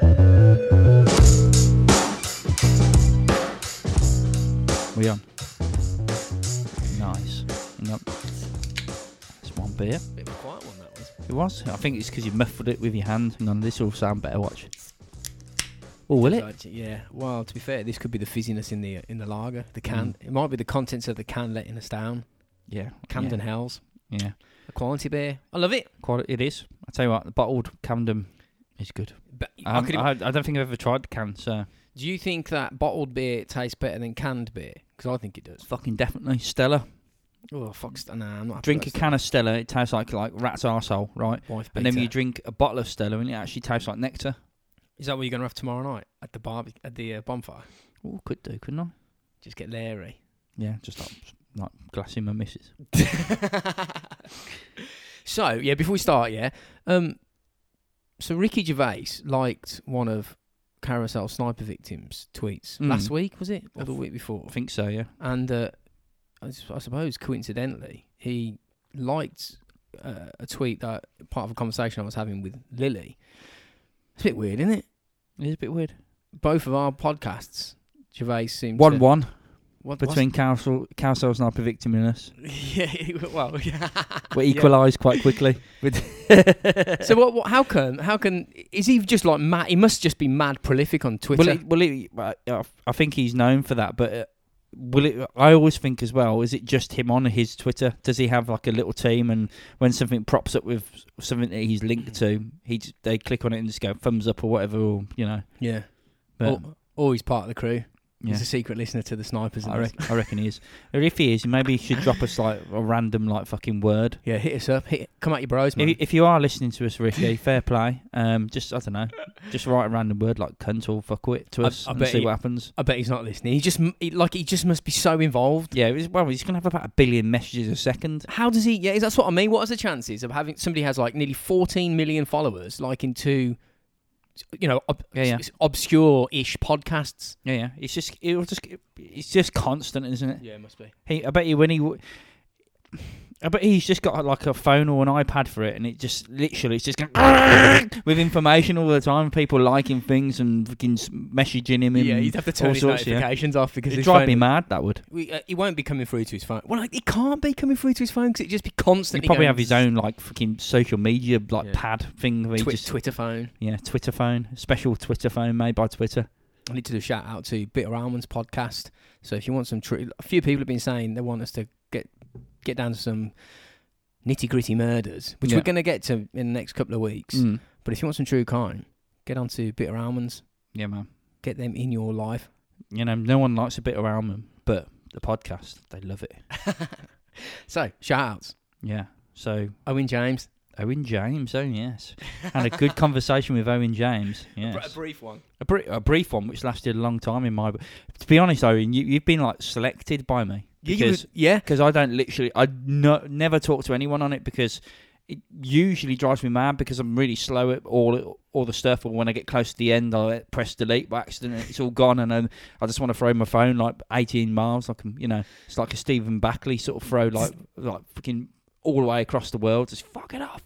Oh, beer. Bit of a quiet one that was. It was. I think it's because you muffled it with your hand. Hang on, this will sound better. Watch. Oh, will it? Besides, Yeah. Well, to be fair, this could be the fizziness in the in the lager, Mm. the can. It might be the contents of the can letting us down. Yeah. Camden Hells, Yeah. yeah. a quality beer. I love it. Quality. It is. I tell you what, the bottled Camden is good. But I Um, could, I, I don't think I've ever tried the can, so do you think that bottled beer tastes better than canned beer? Because I think it does. fucking definitely Stella. Oh fuck! st- Nah, I'm not. happy Drink a about can of Stella, it tastes like like rat's arsehole, right? that. Wife And then beater. you drink a bottle of Stella, and it actually tastes like nectar. Is that what you're going to have tomorrow night at the bar at the uh, bonfire? Oh, could do, couldn't I? Just get leery. Yeah, just like like glassing my missus. so yeah, before we start, yeah. Um, so Ricky Gervais liked one of Carousel Sniper Victims' tweets Mm. last week, was it, or the Of- week before? I think so. Yeah. And uh, I, s- I suppose coincidentally, he liked uh, a tweet that part of a conversation I was having with Lily. It's a bit weird, isn't it? It's a bit weird. Both of our podcasts, Gervais seemed One to, one What- what's- between Carousel, Carousel Sniper Victim and us. yeah, it- well, yeah. We equalised quite quickly. So what, what? How can? How can? Is he just like mad? He must just be mad prolific on Twitter. Will it, will it, I I think he's known for that, but uh, will it? I always think as well. Is it just him on his Twitter? Does he have like a little team? And when something props up with something that he's linked to, he j- they click on it and just go thumbs up or whatever, or you know. yeah. But or, or he's part of the crew. yeah, He's a secret listener to the snipers. I, and reckon, I reckon he is. Or if he is, maybe he should drop us like a random like fucking word. yeah, hit us up. Hit, come at your bros, man. If, if you are listening to us, Ricky, fair play. Um, just I don't know, just write a random word like cunt or fuckwit to I- us I and bet see he- what happens. I bet he's not listening. He just m- he, like he just must be so involved. Yeah, it's- well, he's gonna have about a billion messages a second. How does he? Yeah, that's what I mean. What are the chances of having somebody has like nearly 14 million followers, like in two, you know, ob- Yeah, yeah. s- obscure-ish podcasts? Yeah, yeah. It's just it'll just it's just constant, isn't it? Yeah, it must be. He, I bet you when he, w- I bet he's just got like a phone or an iPad for it, and it just literally it's just going with information all the time. People liking things and fucking s- messaging him. yeah, and you'd have to all turn his sorts, yeah. notifications off because It'd his drive phone- me mad. That would. We, uh, he won't be coming through to his phone. Well, like, he can't be coming through to his phone because it'd just be He'd constantly. probably going have his own like fucking social media like Yeah. pad thing. Where he Twi- just, Twitter phone. yeah, Twitter phone, special Twitter phone made by Twitter. I need to do a shout out to Bitter Almonds podcast. So if you want some, tr- a few people have been saying they want us to get get down to some nitty gritty murders, which Yeah. we're going to get to in the next couple of weeks. Mm. But if you want some true crime, get onto Bitter Almonds. Yeah, man. Get them in your life. You know, no one likes a bit around them, but the podcast they love it. So shout outs. Yeah. So Owen James. Owen James, oh yes, and a good conversation with Owen James. Yes, brief one. a, br- a brief one which lasted a long time in my. To be honest, Owen, you, you've been like selected by me Yeah, you because would- yeah. because I don't literally I no, never talk to anyone on it because it usually drives me mad because I'm really slow at all all the stuff or when I get close to the end I press delete by accident and it's all gone and then I just want to throw my phone like 18 miles like um, you know it's like a Stephen Backley sort of throw like like fucking all the way across the world just fuck it off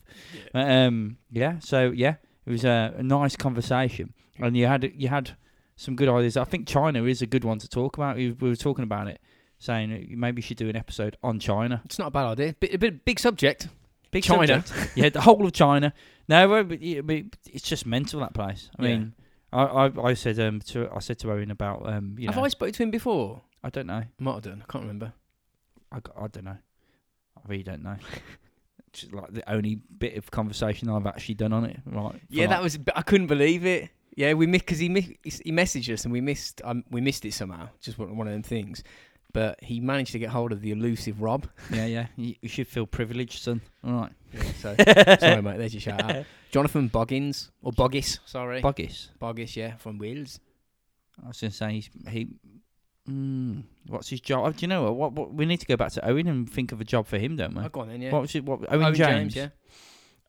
um yeah so yeah it was a, a nice conversation and you had you had some good ideas I think China is a good one to talk about we, we were talking about it saying that you maybe you should do an episode on China. It's not a bad idea. Bit, a bit big subject. Big China. subject. yeah, the whole of China. No, well, but, yeah, but it's just mental that place. I Yeah. mean, I, I I said um to I said to Owen about um you know Have I spoken to him before? I don't know Might have done. I can't remember. I, g- I don't know I really don't know. It's like the only bit of conversation I've actually done on it. Right. for Yeah, like- that was. I couldn't believe it. Yeah, we missed because he mi- he messaged us and we missed um, we missed it somehow. Just one one of them things. But he managed to get hold of the elusive Rob. yeah, yeah. You, you should feel privileged, son. All right. So sorry, mate. There's your shout out. Jonathan Boggins or Boggis. Sorry, Boggis. Boggis. Yeah, from Wales. I was going to say he's, he. Mm, what's his job? Oh, do you know what, what? What we need to go back to Owen and think of a job for him, don't we? Oh, go on then. Yeah. What was it? What, Owen, James. Yeah.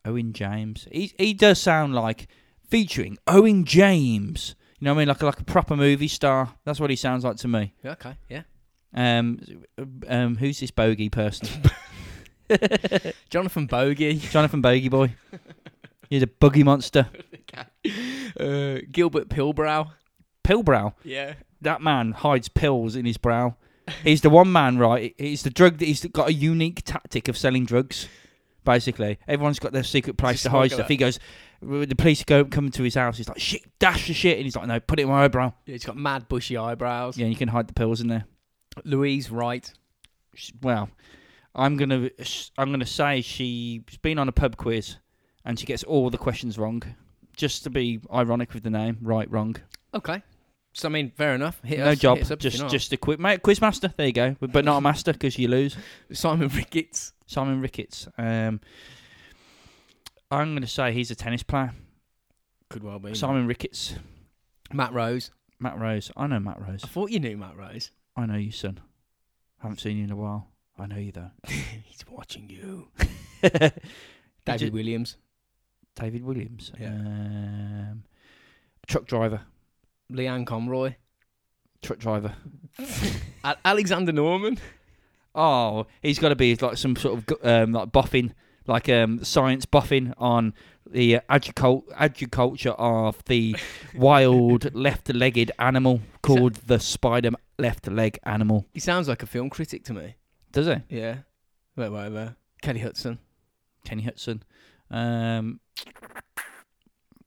Owen James. He he does sound like featuring Owen James. You know what I mean? Like a, like a proper movie star. That's what he sounds like to me. Yeah, Okay. Yeah. Um, um, who's this bogey person? Jonathan Bogey. Jonathan Bogey Boy. He's a boogie monster. uh, Gilbert Pilbrow. Pillbrow. Yeah. That man hides pills in his brow. He's the one man, right? He's the drug that he's got a unique tactic of selling drugs. Basically, everyone's got their secret place Just to hide smuggle stuff. it. He goes, the police go come to his house. He's like, shit, dash the shit, and he's like, no, put it in my eyebrow. Yeah, he's got mad bushy eyebrows. Yeah, you can hide the pills in there. Louise Wright. Sh- Well, I'm gonna I'm gonna say she's been on a pub quiz, and she gets all the questions wrong, just to be ironic with the name, right, wrong. Okay. So I mean, fair enough. Hit no us- job, hit us up if just you're not. just a quiz mate, quiz master. There you go, but, but not a master because you lose. Simon Ricketts. Simon Ricketts. Um, I'm going to say he's a tennis player. Could well be. Simon Ricketts, Matt Rose. Matt Rose. I know Matt Rose. I thought you knew Matt Rose. I know you, son. haven't seen you in a while. I know you though. He's watching you. David David Williams. David Williams. Yeah. Um, truck driver. Leanne Conroy. Truck driver. Al- Alexander Norman. Oh, he's got to be like some sort of gu- um, like buffing, like um, science buffing on the uh, agricul- agriculture of the wild left-legged animal called the spider left leg animal. He sounds like a film critic to me. Does he? Yeah. Wait, wait, wait. Kelly Hudson. Kenny Hudson. Um,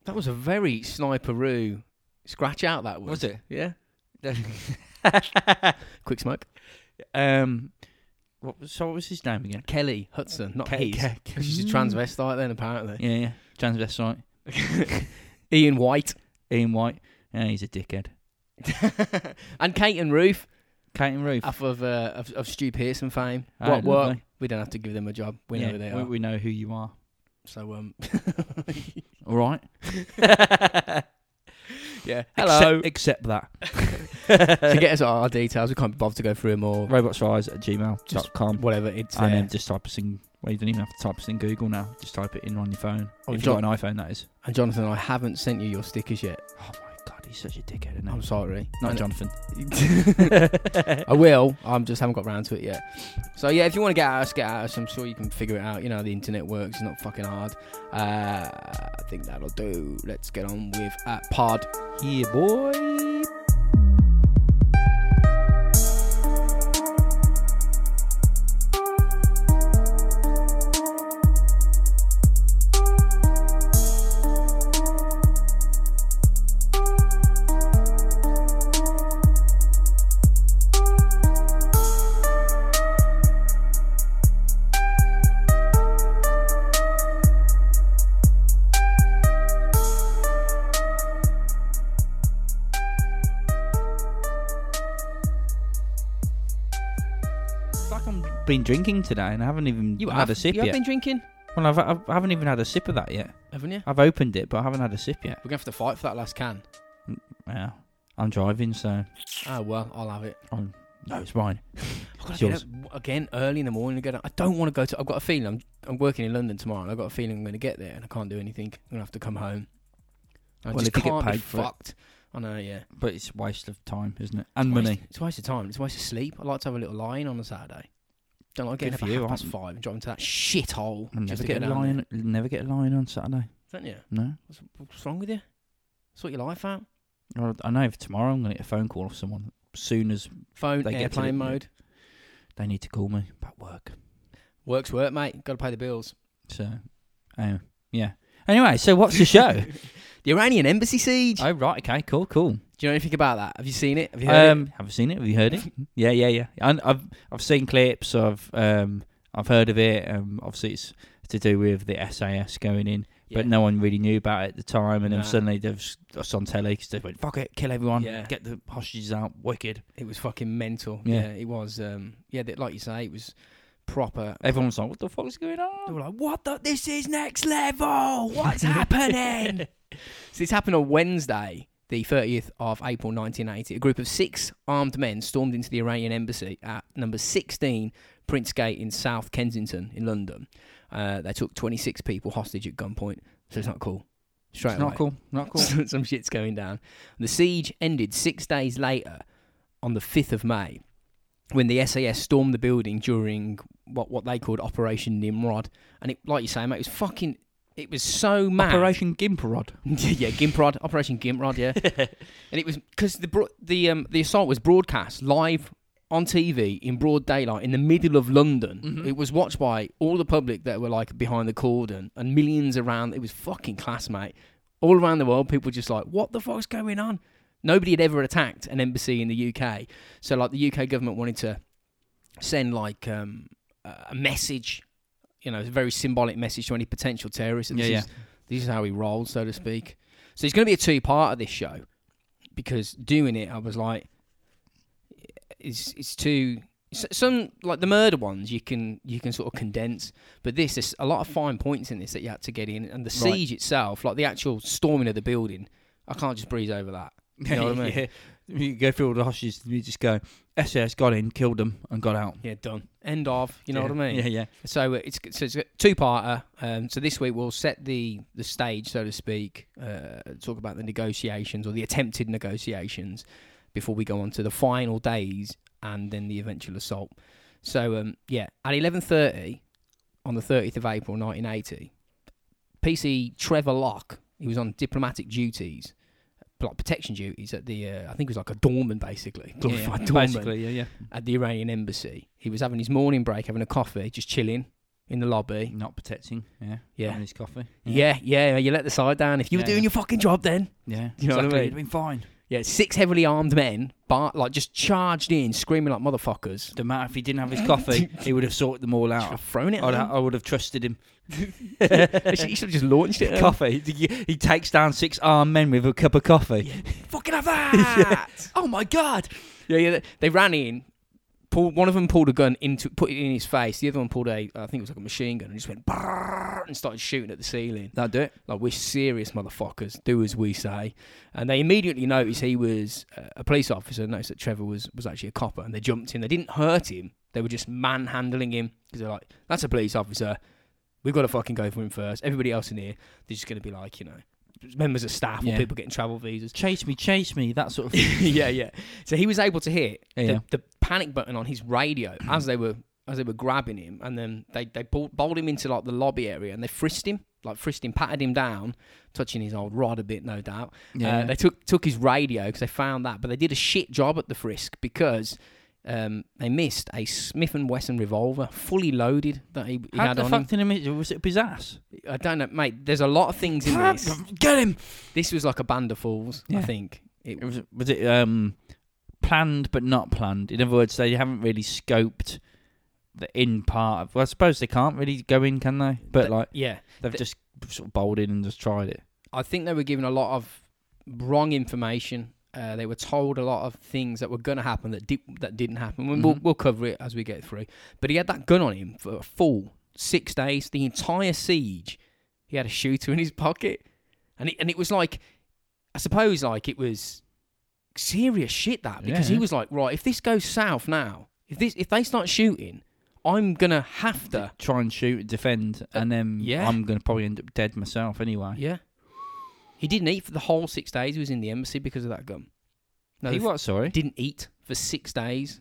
That was a very sniperoo scratch out. That was. Was it? Yeah. Quick smoke. um, what was so? What was his name again? Kelly Hudson, not Ke- Hayes. Ke- 'Cause she's a transvestite then, apparently. Yeah, yeah. Transvestite. Ian White. Ian White. Yeah, he's a dickhead. and Kate and Ruth, Kate and Roof. off of, uh, of, of Stu Pearson fame. Oh, what work? lovely. We don't have to give them a job. We know Yeah, who they we, are. we know who you are. So, um, All right. yeah. Accept, Hello. accept that. so get us our details. We can't be bothered to go through them all. Robotsrise at gmail.com. Whatever. It's And there. then just type us in. Well, you don't even have to type us in Google now. Just type it in on your phone. Oh, if you've John- got an iPhone, that is. and Jonathan, I haven't sent you your stickers yet. Oh my God, he's such a dickhead, isn't he? I'm sorry. Not And- Jonathan. I will. I just haven't got round to it yet. So yeah, if you want to get at us, get at us. I'm sure you can figure it out. You know how the internet works. It's not fucking hard. Uh, I think that'll do. Let's get on with uh, pod. Yeah, boy. It's like I'm been drinking today and I haven't even You had have a sip You yet. have been drinking, Well, I've, I've, I haven't even had a sip of that yet. haven't you? I've opened it, but I haven't had a sip yet. We're gonna have to fight for that last can. Wow. I'm driving, so Oh well, I'll have it. I'm, no, it's mine. I've got It's to get yours. up w- again early in the morning. Again, I don't want to go to. I've got a feeling I'm I'm working in London tomorrow, and I've got a feeling I'm going to get there, and I can't do anything. I'm going to have to come home. I Well, just if you get can't be paid for it. fucked. I know, yeah. But it's a waste of time, isn't it? And It's a money. waste- It's a waste of time. It's a waste of sleep. I like to have a little line on a Saturday. Don't like Good getting up for at you, half past I'm- five and driving to that shithole I just never to get, get a down lion. Never get a lion on Saturday. there. Don't you? No. What's, what's wrong with you? Sort your life out. Well, I know for tomorrow I'm going to get a phone call off someone. As soon as Phone They get to airplane the- mode. they need to call me about work. Works work, mate. Got to pay the bills. So, um, yeah. Anyway, so what's the show? The Iranian embassy siege. oh, right. Okay. Cool. Cool. Do you know anything about that? Have you seen it? Have you heard Um, have you seen it? Have you heard it? yeah, yeah, yeah. And I've I've seen clips. I've um I've heard of it. Um, obviously it's to do with the SAS going in, Yeah. but no one really knew about it at the time. And Nah. then suddenly they've s- it's on telly 'cause they went fuck it, kill everyone, Yeah. get the hostages out, wicked. it? It was fucking mental. Yeah, Yeah. it was. Um, yeah, th- like you say, it was proper. Everyone's like, what the fuck's going They on? were like, "What the? This is next level. What's happening?" So this happened on Wednesday, the 30th of April 1980. A group of six armed men stormed into the Iranian embassy at number 16 Prince Gate in South Kensington in London. Uh, they took 26 people hostage at gunpoint. So it's not cool. Straight It's away. not cool. Not cool. Some- Some shit's going down. The siege ended six days later on the 5th of May when the SAS stormed the building during what, what they called Operation Nimrod. And it, like you say, mate, it was fucking. It was so mad. Operation Gimperod. yeah, Gimprod, Operation Gimprod, yeah. and it was because the bro- the um, the assault was broadcast live on TV in broad daylight in the middle of London. Mhm. It was watched by all the public that were like behind the cordon and millions around. It was fucking class, mate. All around the world, people were just like, what the fuck's going on? Nobody had ever attacked an embassy in the UK. So, like, the UK government wanted to send like um, a a message, you know, a very symbolic message to any potential terrorists. that Yeah, this yeah. Is, this is how he rolls, so to speak. So it's going to be a two-part of this show because doing it, I was like, it's it's too. s- Some like the murder ones you can you can sort of condense, but this there's a lot of fine points in this that you had to get in, and the Right. siege itself, like the actual storming of the building, I can't just breeze over that. You know what I mean? yeah. You go through all the hostages, you just go, SS got in, killed them, and got out. Yeah, done. End of. You know Yeah. what I mean? Yeah, yeah. So uh, it's so it's a two-parter. Um, so this week we'll set the the stage, so to speak, uh, talk about the negotiations or the attempted negotiations before we go on to the final days and then the eventual assault. So um, yeah, at eleven thirty on the thirtieth of April, nineteen eighty, PC Trevor Locke, he was on diplomatic duties, like protection duties at the uh, I think it was like a doorman basically, glorified doorman Basically, yeah, yeah. at the Iranian embassy. He was having his morning break, having a coffee, just chilling in the lobby. Not protecting, yeah. Yeah. Having his coffee. Yeah, yeah, you let the side down. If you were Yeah, doing yeah. your fucking job then. Yeah. You know what I exactly. mean? It'd been fine. Yeah, six heavily armed men, bar- like just charged in, screaming like motherfuckers. Doesn't matter if he didn't have his coffee, he would have sorted them all Should out. have thrown it Oh. I'd, at I would have trusted him. them. He should have just launched it. at them. coffee. He, he takes down six armed men with a cup of coffee. Fucking have that! Oh my god! yeah, yeah. they- They ran in. Pulled, one of them pulled a gun into, put it in his face. The other one pulled a, I think it was like a machine gun, and just went "Brrr," and started shooting at the ceiling. That'll do it. Like, we're serious motherfuckers. Do as we say. And they immediately noticed he was uh, a police officer, noticed that Trevor was, was actually a copper, and they jumped in. They didn't hurt him, they were just manhandling him because they're like, that's a police officer. We've got to fucking go for him first. Everybody else in here, they're just going to be like, you know, members of staff Yeah. or people getting travel visas. Chase me, chase me. That sort of. thing. yeah, yeah. So he was able to hit Yeah. Mm. the, the panic button on his radio as they were as they were grabbing him, and then they they bowled, bowled him into like the lobby area, and they frisked him, like frisked him, patted him down, touching his old rod a bit, no doubt. Uh, they took took his radio because they found that, but they did a shit job at the frisk because. Um, they missed a Smith and Wesson revolver, fully loaded, that he, he How had the on fuck did he? Was it up his ass? him. I don't know, mate. There's a lot of things in this. Get him! This was like a band of fools, I Yeah. think. It, It was was it um planned but not planned? In other words, they haven't really scoped the in part of. Well, I suppose they can't really go in, can they? But th- like yeah, they've th- just sort of bowled in and just tried it. I think they were given a lot of wrong information. Uh, they were told a lot of things that were going to happen that di- that didn't happen. We'll, we'll, Mhm. we'll cover it as we get through. But he had that gun on him for a full six days, the entire siege. He had a shooter in his pocket, and it, and it was like, I suppose, like it was serious shit that because he Yeah. was like, right, if this goes south now, if this if they start shooting, I'm gonna have to. Try and shoot, defend, and then Uh, yeah. I'm gonna probably end up dead myself anyway. Yeah, he didn't eat for the whole six days. He was in the embassy because of that gun. No, he the- what? Sorry. didn't eat for six days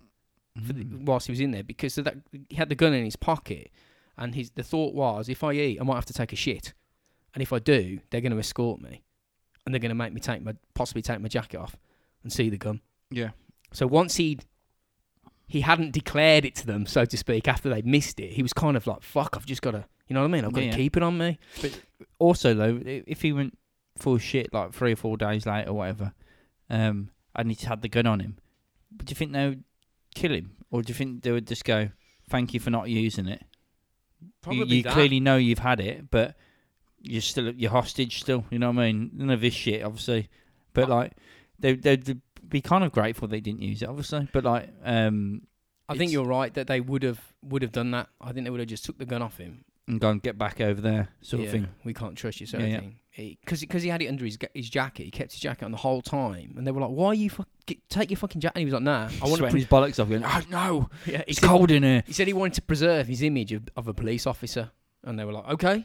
for the, Mm. whilst he was in there because of that he had the gun in his pocket, and his the thought was, if I eat, I might have to take a shit, and if I do, they're going to escort me, and they're going to make me take my possibly take my jacket off and see the gun. Yeah. So once he he hadn't declared it to them, so to speak, after they missed it, he was kind of like, fuck, I've just got to, you know what I mean? I've got Yeah, yeah. to keep it on me. Also, though, i- if he went full shit like three or four days later or whatever, um, and he'd had the gun on him, do you think they would kill him, or do you think they would just go, "Thank you for not using it"? You- you clearly know you've had it, but you're still you're hostage still. You know what I mean? None of this shit, obviously. But Uh, like, they they'd be kind of grateful they didn't use it, obviously. But like, um, I think it's- you're right that they would have would have done that. I think they would have just took the gun off him and go and get back over there, sort Yeah, of thing. We can't trust you, sort Yeah, of yeah. thing. Because because he had it under his ga- his jacket, he kept his jacket on the whole time, and they were like, "Why are you fuck, get, take your fucking jacket?" And he was like, "Nah, I want to." Sweating his bollocks off, going, "Oh no, yeah, he it's said, cold in here." he said he wanted to preserve his image of, of a police officer, and they were like, "Okay."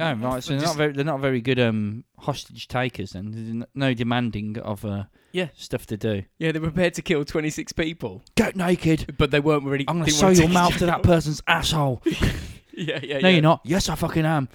Oh, right. So they're Just- not very, they're not very good um, hostage takers, then. There's n- no demanding of uh, Yeah. stuff to do. yeah, they were prepared to kill twenty six people, Get naked. but they weren't really. I'm going to didn't sew wanna your take- mouth to that person's asshole. yeah, yeah. No, yeah. you're not. Yes, I fucking am.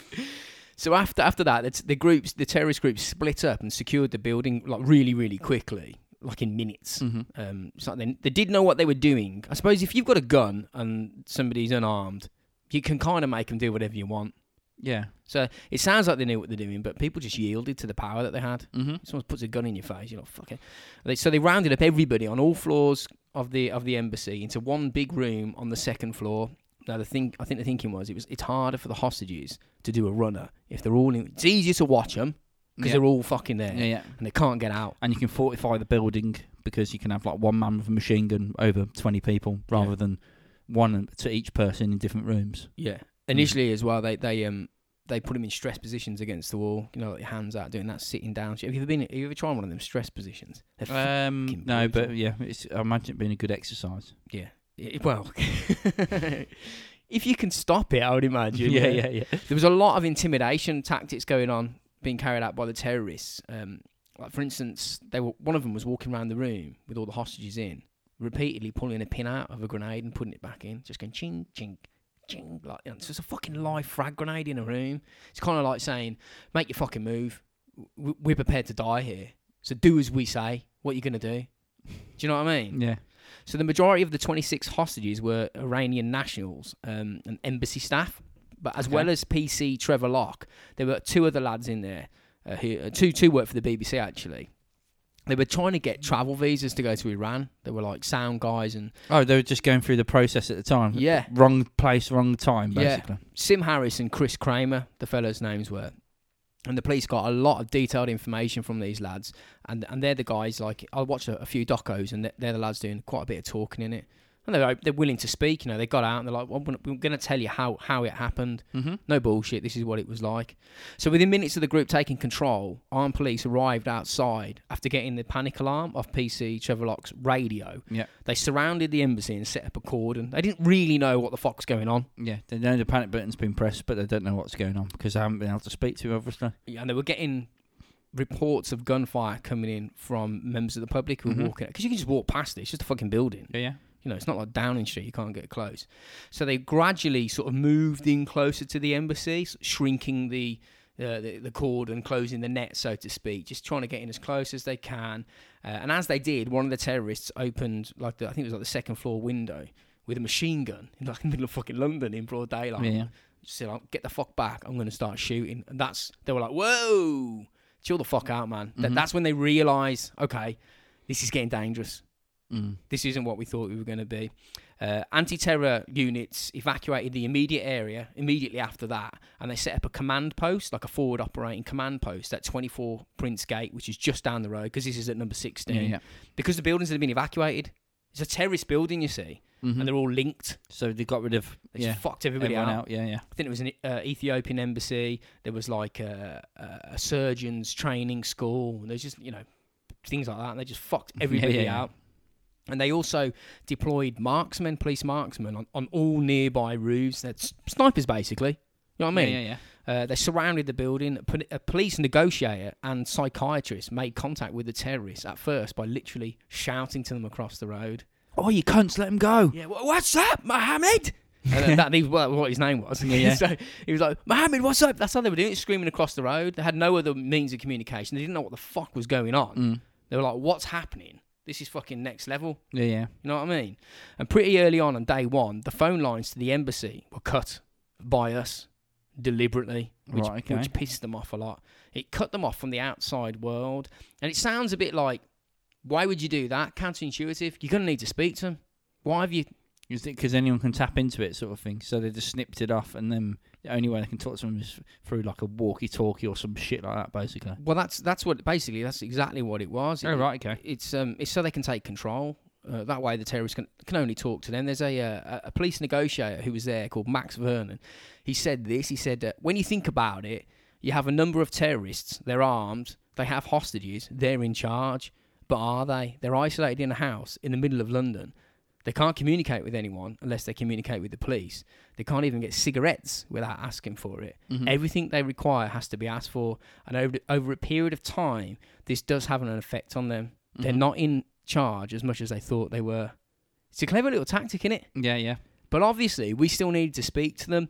So after after that, the, t- the groups, the terrorist groups, split up and secured the building like really, really quickly. like in minutes. Mm-hmm. Um, so they, they did know what they were doing. I suppose if you've got a gun and somebody's unarmed, you can kind of make them do whatever you want. Yeah. So it sounds like they knew what they're doing, but people just yielded to the power that they had. Mm-hmm. Someone puts a gun in your face, you're like, fuck it. They, so they rounded up everybody on all floors of the of the embassy into one big room on the second floor. Now the thing, I think the thinking was, it was it's harder for the hostages to do a runner if they're all in. It's easier to watch them because Yeah. they're all fucking there yeah, yeah. and they can't get out. And you can fortify the building because you can have like one man with a machine gun over twenty people rather Yeah. than one to each person in different rooms. Yeah. Initially, as well, they they um they put him in stress positions against the wall. You know, like your hands out, doing that sitting down. shit. Have you ever been? Have you ever tried one of them stress positions? They're fu- Um, Fucking no, but brutal. yeah, it's, I imagine it being a good exercise. yeah. Yeah, Well, if you can stop it, I would imagine. yeah. There was a lot of intimidation tactics going on being carried out by the terrorists. Um, like for instance, they were one of them was walking around the room with all the hostages in, repeatedly pulling a pin out of a grenade and putting it back in, just going ching ching ching. Like you know, it's just a fucking live frag grenade in a room. It's kind of like saying, "Make your fucking move. W- We're prepared to die here, so do as we say. What you gonna do?" Do you know what I mean? Yeah. So the majority of the 26 hostages were Iranian nationals um, and embassy staff, but as Okay. well as PC Trevor Locke, there were two other lads in there. Uh, who, uh, two two worked for the BBC actually. They were trying to get travel visas to go to Iran. They were like sound guys and Oh, they were just going through the process at the time. yeah. Wrong place, wrong time, Yeah. basically. Sim Harris and Chris Kramer, the fellows' names were. And the police got a lot of detailed information from these lads, and and they're the guys. Like I watched a, a few docos, and they're, they're the lads doing quite a bit of talking in it. And they're they're willing to speak. You know, they got out and they're like, well, "We're going to tell you how how it happened. Mm-hmm. No bullshit. This is what it was like." So within minutes of the group taking control, armed police arrived outside after getting the panic alarm off PC Trevor Locke's radio. Yeah. They surrounded the embassy and set up a cordon. They didn't really know what the fuck's going on. Yeah, they know the panic button's been pressed, but they don't know what's going on because they haven't been able to speak to, obviously. Yeah, and they were getting reports of gunfire coming in from members of the public who were Mhm. walking because you can just walk past it. It's just a fucking building. Yeah, yeah. You know, it's not like Downing Street. You can't get close. So they gradually sort of moved in closer to the embassy, s- shrinking the. Uh, the, the cord and closing the net, so to speak, just trying to get in as close as they can. Uh, and as they did, one of the terrorists opened, like the, I think it was like the second floor window, with a machine gun, in like the middle of fucking London in broad daylight yeah, yeah. said, like, "Get the fuck back! I'm going to start shooting." And that's they were like, "Whoa, chill the fuck out, man." Th- Mhm. that's when they realised, okay, this is getting dangerous. Mm. This isn't what we thought we were going to be. Uh, anti-terror units evacuated the immediate area immediately after that, and they set up a command post, like a forward operating command post at 24 Prince Gate, which is just down the road because this is at number 16. Yeah, yeah. Because the buildings that have been evacuated, it's a terrorist building, you see, Mhm. and they're all linked. so they got rid of They yeah, just fucked everybody everyone out. out. Yeah, yeah. I think it was an uh, Ethiopian embassy. There was like a, a, a surgeon's training school. And there's just you know things like that, and they just fucked Yeah, everybody yeah, yeah. out. And they also deployed marksmen, police marksmen, on, on all nearby roofs. That's snipers, basically. You know what I mean? yeah, yeah, Uh, they surrounded the building. A pol- A police negotiator and psychiatrist made contact with the terrorists at first by literally shouting to them across the road. Oh, you cunts, let him go. Yeah, "Wha- what's up, Mohammed? and then that that was what his name was. Yeah, yeah. so he was like, Mohammed, what's up? That's how they were doing it, screaming across the road. They had no other means of communication. They didn't know what the fuck was going on. Mm. They were like, what's happening? This is fucking next level. Yeah, yeah. You know what I mean? And pretty early on, on day one, the phone lines to the embassy were cut by us deliberately, which, Right, okay. which pissed them off a lot. It cut them off from the outside world. And it sounds a bit like, why would you do that? Counterintuitive. You're going to need to speak to them. Why have you Because anyone can tap into it, sort of thing. So they just snipped it off, and then the only way they can talk to them is through like a walkie-talkie or some shit like that, basically. Well, that's that's what basically that's exactly what it was. Oh, It- right, okay. It's um, it's so they can take control. Uh, that way, the terrorists can, can only talk to them. There's a, uh, a a police negotiator who was there called Max Vernon. He said this. He said, uh, when you think about it, you have a number of terrorists. They're armed. They have hostages. They're in charge. But are they? They're isolated in a house in the middle of London. They can't communicate with anyone unless they communicate with the police. They can't even get cigarettes without asking for it. Mhm. Everything they require has to be asked for, and over over a period of time, this does have an effect on them. They're Mhm. not in charge as much as they thought they were. It's a clever little tactic, is it? Yeah, yeah. But obviously, we still needed to speak to them.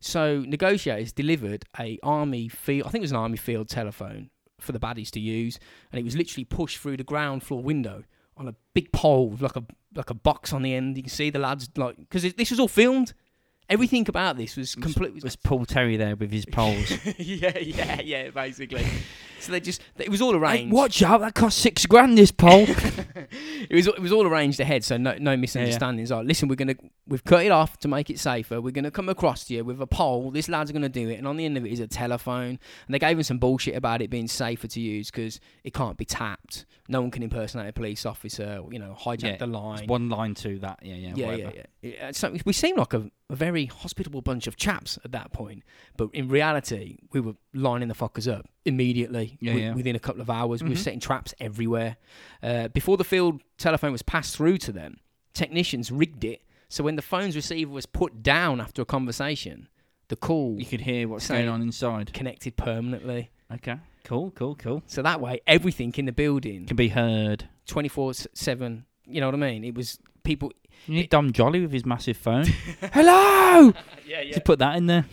So negotiators delivered a army field. I think it was an army field telephone for the baddies to use, and it was literally pushed through the ground floor window on a big pole with like a like a box on the end. You can see the lads like because this was all filmed. Everything about this was completely was Paul Terry there with his poles. yeah, yeah, yeah, basically. so they just it was all arranged. Watch out! That cost six grand. This pole. It was it was all arranged ahead, so no no misunderstandings. Like, listen, we're gonna we've cut it off to make it safer. We're gonna come across to you with a poll. This lad's gonna do it, and on the end of it is a telephone. And they gave him some bullshit about it being safer to use because it can't be tapped. No one can impersonate a police officer. You know, hijack Yeah, the line. One line to that. Yeah, yeah, yeah, whatever. yeah, yeah, yeah. So we seemed like a, a very hospitable bunch of chaps at that point, but in reality, we were lining the fuckers up immediately. Yeah, wi- yeah. Within a couple of hours, we were Mhm. setting traps everywhere. Uh, before the field telephone was passed through to them, technicians rigged it so when the phone's receiver was put down after a conversation, the call You could hear what's Same. going on inside. connected permanently. Okay. Cool. Cool. Cool. So that way, everything in the building, Can be heard. twenty four seven. You know what I mean? It was people. You need Dom Jolly with his massive phone. Hello. Yeah, yeah. Just put that in there.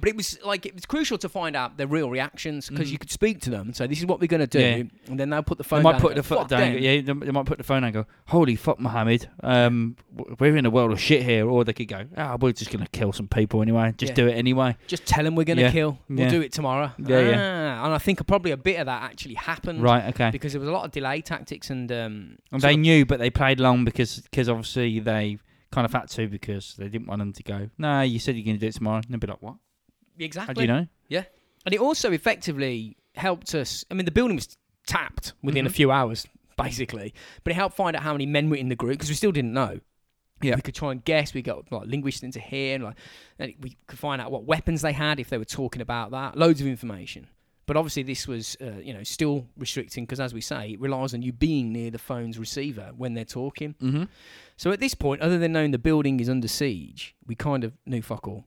But it was like it was crucial to find out their real reactions because Mhm. you could speak to them. So this is what we're gonna do, Yeah. and then they'll put the phone. They might down put and the go, foot "Fuck down. them." Yeah, they they might put the phone down and go, "Holy fuck, Mohammed! Um, w- we're in a world of shit here." Or they could go, "Ah, we're just gonna kill some people anyway. Just Yeah. do it anyway." Just tell them we're gonna Yeah. kill. We'll Yeah. do it tomorrow. Yeah, yeah. Ah, And I think probably a bit of that actually happened, Right. Okay. Because there was a lot of delay tactics and um. And sort they of- knew, but they played long because cause obviously they kind of had to because they didn't want them to go. No, you said you're going to do it tomorrow. And they'd be like, what? exactly. How do you know? And it also effectively helped us. I mean, the building was tapped within a Mhm. few hours, basically. But it helped find out how many men were in the group because we still didn't know. Yeah. we could try and guess. We got like linguists into here, and like and it- we could find out what weapons they had if they were talking about that. Loads of information. But obviously, this was uh, you know still restricting because, as we say, it relies on you being near the phone's receiver when they're talking. Mm-hmm. So at this point, other than knowing the building is under siege, we kind of knew fuck all.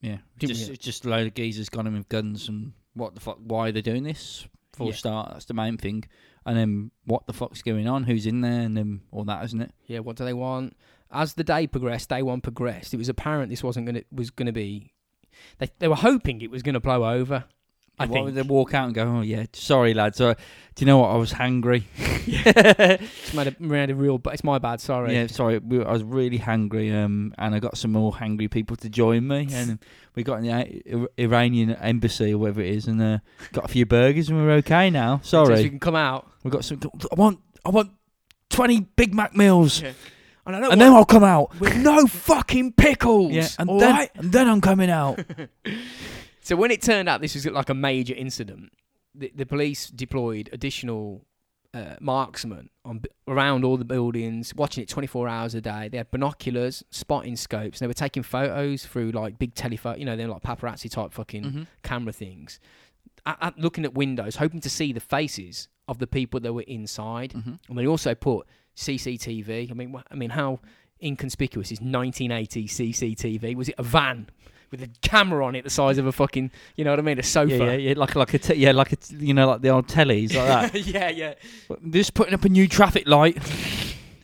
Yeah. Didn't just, we? it's just a load of geezers gone in with guns and what the fuck, why are they doing this? Full Yeah. start. That's the main thing. And then what the fuck's going on? Who's in there? And then all that, isn't it? Yeah, what do they want? As the day progressed, day one progressed. It was apparent this wasn't gonna was gonna be. They they were hoping it was gonna blow over. I And what think would They walk out and go, oh, yeah, sorry, lads. Uh, do you know what? I was hungry. it's made a, made a real. But it's my bad. Sorry. Yeah, sorry, we, I was really hungry, um, and I got some more hungry people to join me, and we got in the I- I- Iranian embassy or whatever it is, and uh, got a few burgers, and we're okay now. Just we Sorry, can come out. we got some. I want, I want twenty Big Mac meals, And I and then I'll come out. with no fucking pickles. Yeah, and all then, right? and then I'm coming out. So when it turned out this was like a major incident, the, the police deployed additional uh, marksmen on b- around all the buildings, watching it 24 hours a day. They had binoculars, spotting scopes, and they were taking photos through like big telephone, you know, they're like paparazzi type fucking Mm-hmm. camera things, at, at looking at windows, hoping to see the faces of the people that were inside. Mhm. And they also put CCTV. I mean, wha- I mean, how inconspicuous is 1980 CCTV? Was it a van with a camera on it the size of a fucking, you know what I mean, a sofa? Yeah, yeah, yeah, like like a t- yeah, like a t- you know, like the old tellies like yeah, yeah, that. Just putting up a new traffic light,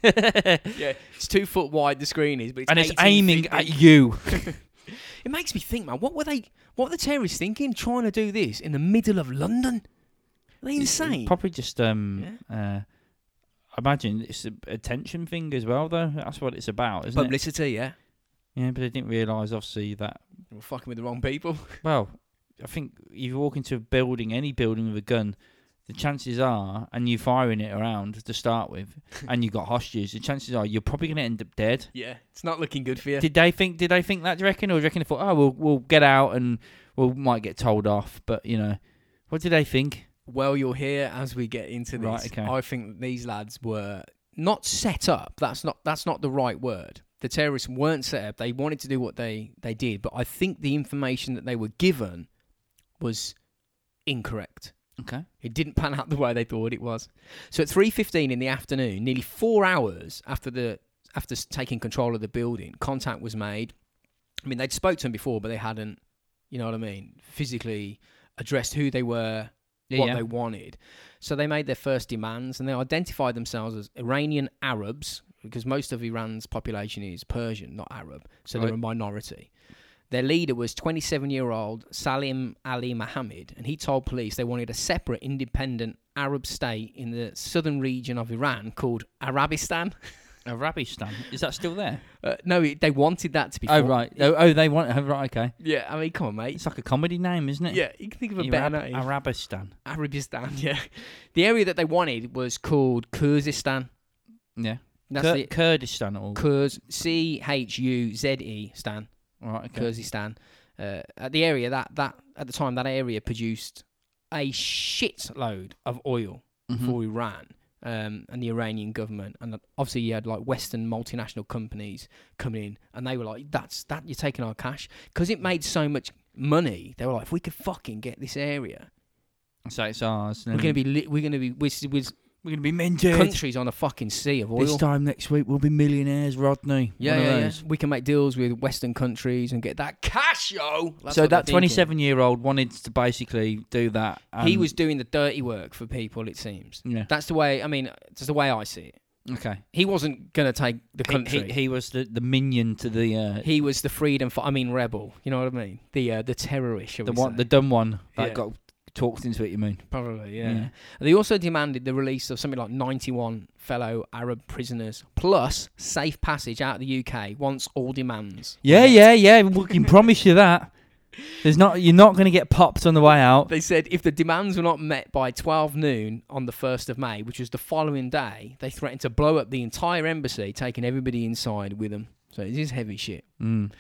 yeah. It's two foot wide the screen is, but it's and it's 18 aiming feet at deep. you. It makes me think, man. What were they? What were the terrorists thinking? Trying to do this in the middle of London? Are they It's- it's insane? Probably just um. Uh, I imagine it's a attention thing as well, though. That's what it's about, isn't it? Publicity, yeah. Yeah, but I didn't realise obviously that. We're fucking with the wrong people. Well, I think if you walk into a building, any building with a gun, the chances are, and you're firing it around to start with, and you've got hostages, the chances are you're probably going to end up dead. Yeah, it's not looking good for you. Did they think? Did they think that? Do you reckon, or do you reckon they thought, oh, we'll we'll get out and we will might get told off? But you know, what did they think? Well, you'll hear as we get into this. Right, okay. I think these lads were not set up. That's not that's not the right word. The terrorists weren't set up. They wanted to do what they they did, but I think the information that they were given was incorrect. Okay. It didn't pan out the way they thought it was. So at 3:15 in the afternoon, nearly 4 hours after the after s- taking control of the building, contact was made. I mean, they'd spoke to them before, but they hadn't, you know what I mean, physically addressed who they were, what Yeah. they wanted. So they made their first demands and they identified themselves as Iranian Arabs because most of Iran's population is Persian, not Arab. So they're Right. a minority. Their leader was 27 year old Salim Ali Mohammed, and he told police they wanted a separate independent Arab state in the southern region of Iran called Arabistan. Arabistan is that still there? Uh, no, it, they wanted that to be. Oh formed. right. Oh, oh, they want. Oh, right. Okay. Yeah, I mean, come on, mate. It's like a comedy name, isn't it? Yeah, you can think of a better Arab- name. Arabistan. Arabistan, yeah. The area that they wanted was called Kurzistan. Yeah. That's Kur- the Kurdistan. Or Kurz C H U Z E Stan. right. Okay. Kurdistan. Uh, at the area that that at the time that area produced a shitload of oil Mhm. for Iran um, and the Iranian government, and obviously you had like Western multinational companies coming in, and they were like, "That's that you're taking our cash because it made so much money." They were like, "If we could fucking get this area, So it's ours. we're gonna be li- we're gonna be we're, we're we're gonna be minted. countries on a fucking sea of oil." This time next week we'll be millionaires, Rodney. yeah, One of yeah, yeah. those. We can make deals with Western countries and get that cash, yo. That's so that what they're thinking. 27 year old wanted to basically do that. he and- was doing the dirty work for people. It seems Yeah. that's the way. I mean, that's the way I see it. Okay. He wasn't going to take the He, country. he, he was the, the minion to the uh, He was the freedom. fi- I mean, rebel. You know what I mean? The uh, the terrorist. shall the we one say. the dumb one that Yeah. got talked into it. You mean? probably yeah. Yeah. They also demanded the release of something like 91 fellow Arab prisoners, plus safe passage out of the UK once all demands. Yeah, yeah, yeah. We can promise you that. There's not. You're not going to get popped on the way out. They said if the demands were not met by 12 noon on the 1st of May, which was the following day, they threatened to blow up the entire embassy, taking everybody inside with them. So this is heavy shit. Mm.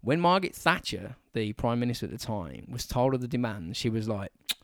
When Margaret Thatcher, the Prime Minister at the time, was told of the demands, she was like,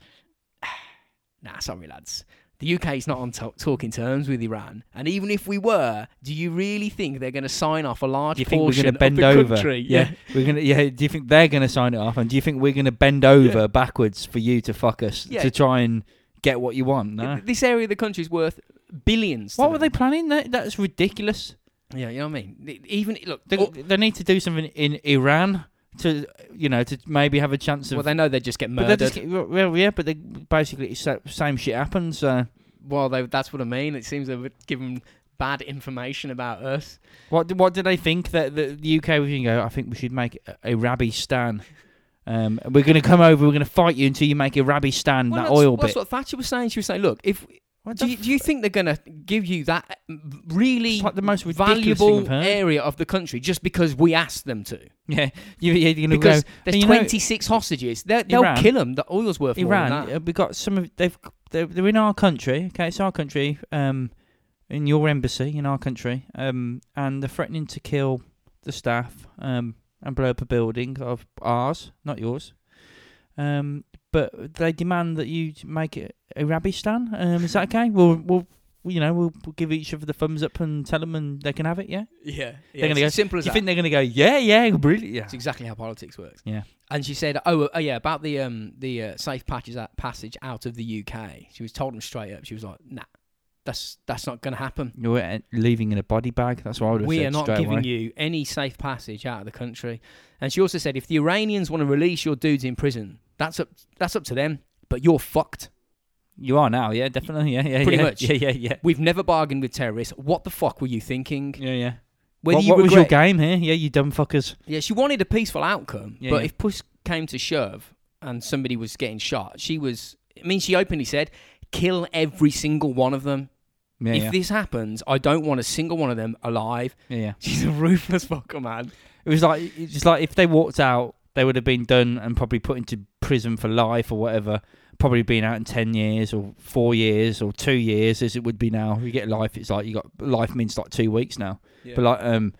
nah, sorry, lads. The UK's not on to- talking terms with Iran. And even if we were, do you really think they're going to sign off a large Do you think we're portion going to bend of the over? country? Yeah. we're gonna. Yeah, do you think they're going to sign it off? And do you think we're going to bend over backwards for you to fuck us Yeah. to try and get what you want? No. This area of the country is worth billions. to What were them. they planning? That, that's ridiculous. Yeah, you know what I mean? Even, look, They, all- they need to do something in Iran to, you know, to maybe have a chance of. well, they know they just get but murdered. they just get- well, yeah, but they basically it's that same shit happens. Uh, well, they, that's what I mean. It seems they've given bad information about us. What what did they think that the, the UK was going to go? I think we should make a, a rabbi stan. Um, we're going to come over. We're going to fight you until you make a rabbi stan that that's, oil well, bit. that's what Thatcher was saying. She was saying, look, if What do the you, f- do you think they're going to give you that mm, really It's like the most ridiculous thing I've valuable heard. area of the country just because we asked them to? yeah, you, you're going to go. Because there's you know- 26 hostages. They're, they'll Iran- kill them. The oil's worth more than Iran. that. uh, We got some of they've they're, they're in our country. Okay, it's our country. Um, in your embassy in our country. Um, and they're threatening to kill the staff. Um, and blow up a building of ours, not yours. Um, but they demand that you make it a rabbi stand. Um, is that okay? We'll we'll. You know, we'll, we'll give each other the thumbs up and tell them, and they can have it. Yeah, Yeah, yeah gonna it's go, as simple as you that. think they're gonna go? Yeah, yeah, brilliant. Yeah, It's exactly how politics works. Yeah. And she said, "Oh, oh yeah, about the um the uh, safe patches out, passage out of the UK." She was told him straight up. She was like, "Nah, that's that's not going to happen. you're uh, leaving in a body bag. That's what I would have We said are not straight giving away. you any safe passage out of the country." And she also said, "If the Iranians want to release your dudes in prison, that's up that's up to them, but you're fucked. You are now, yeah, definitely, yeah, yeah, Pretty yeah. much. yeah, yeah, yeah, We've never bargained with terrorists. What the fuck were you thinking? yeah, yeah. Whether what you what was your regret- game here? Yeah, you dumb fuckers. Yeah, she wanted a peaceful outcome, Yeah, but yeah. if push came to shove and somebody was getting shot, she was. I mean, she openly said, "Kill every single one of them. Yeah, if yeah, this happens, I don't want a single one of them alive." yeah, yeah. She's a ruthless fucker, man. It was like it's just like if they walked out, they would have been done and probably put into prison for life or whatever. Probably been out in ten years or four years or two years, as it would be now. You get life. It's like you got life means like two weeks now. But like um,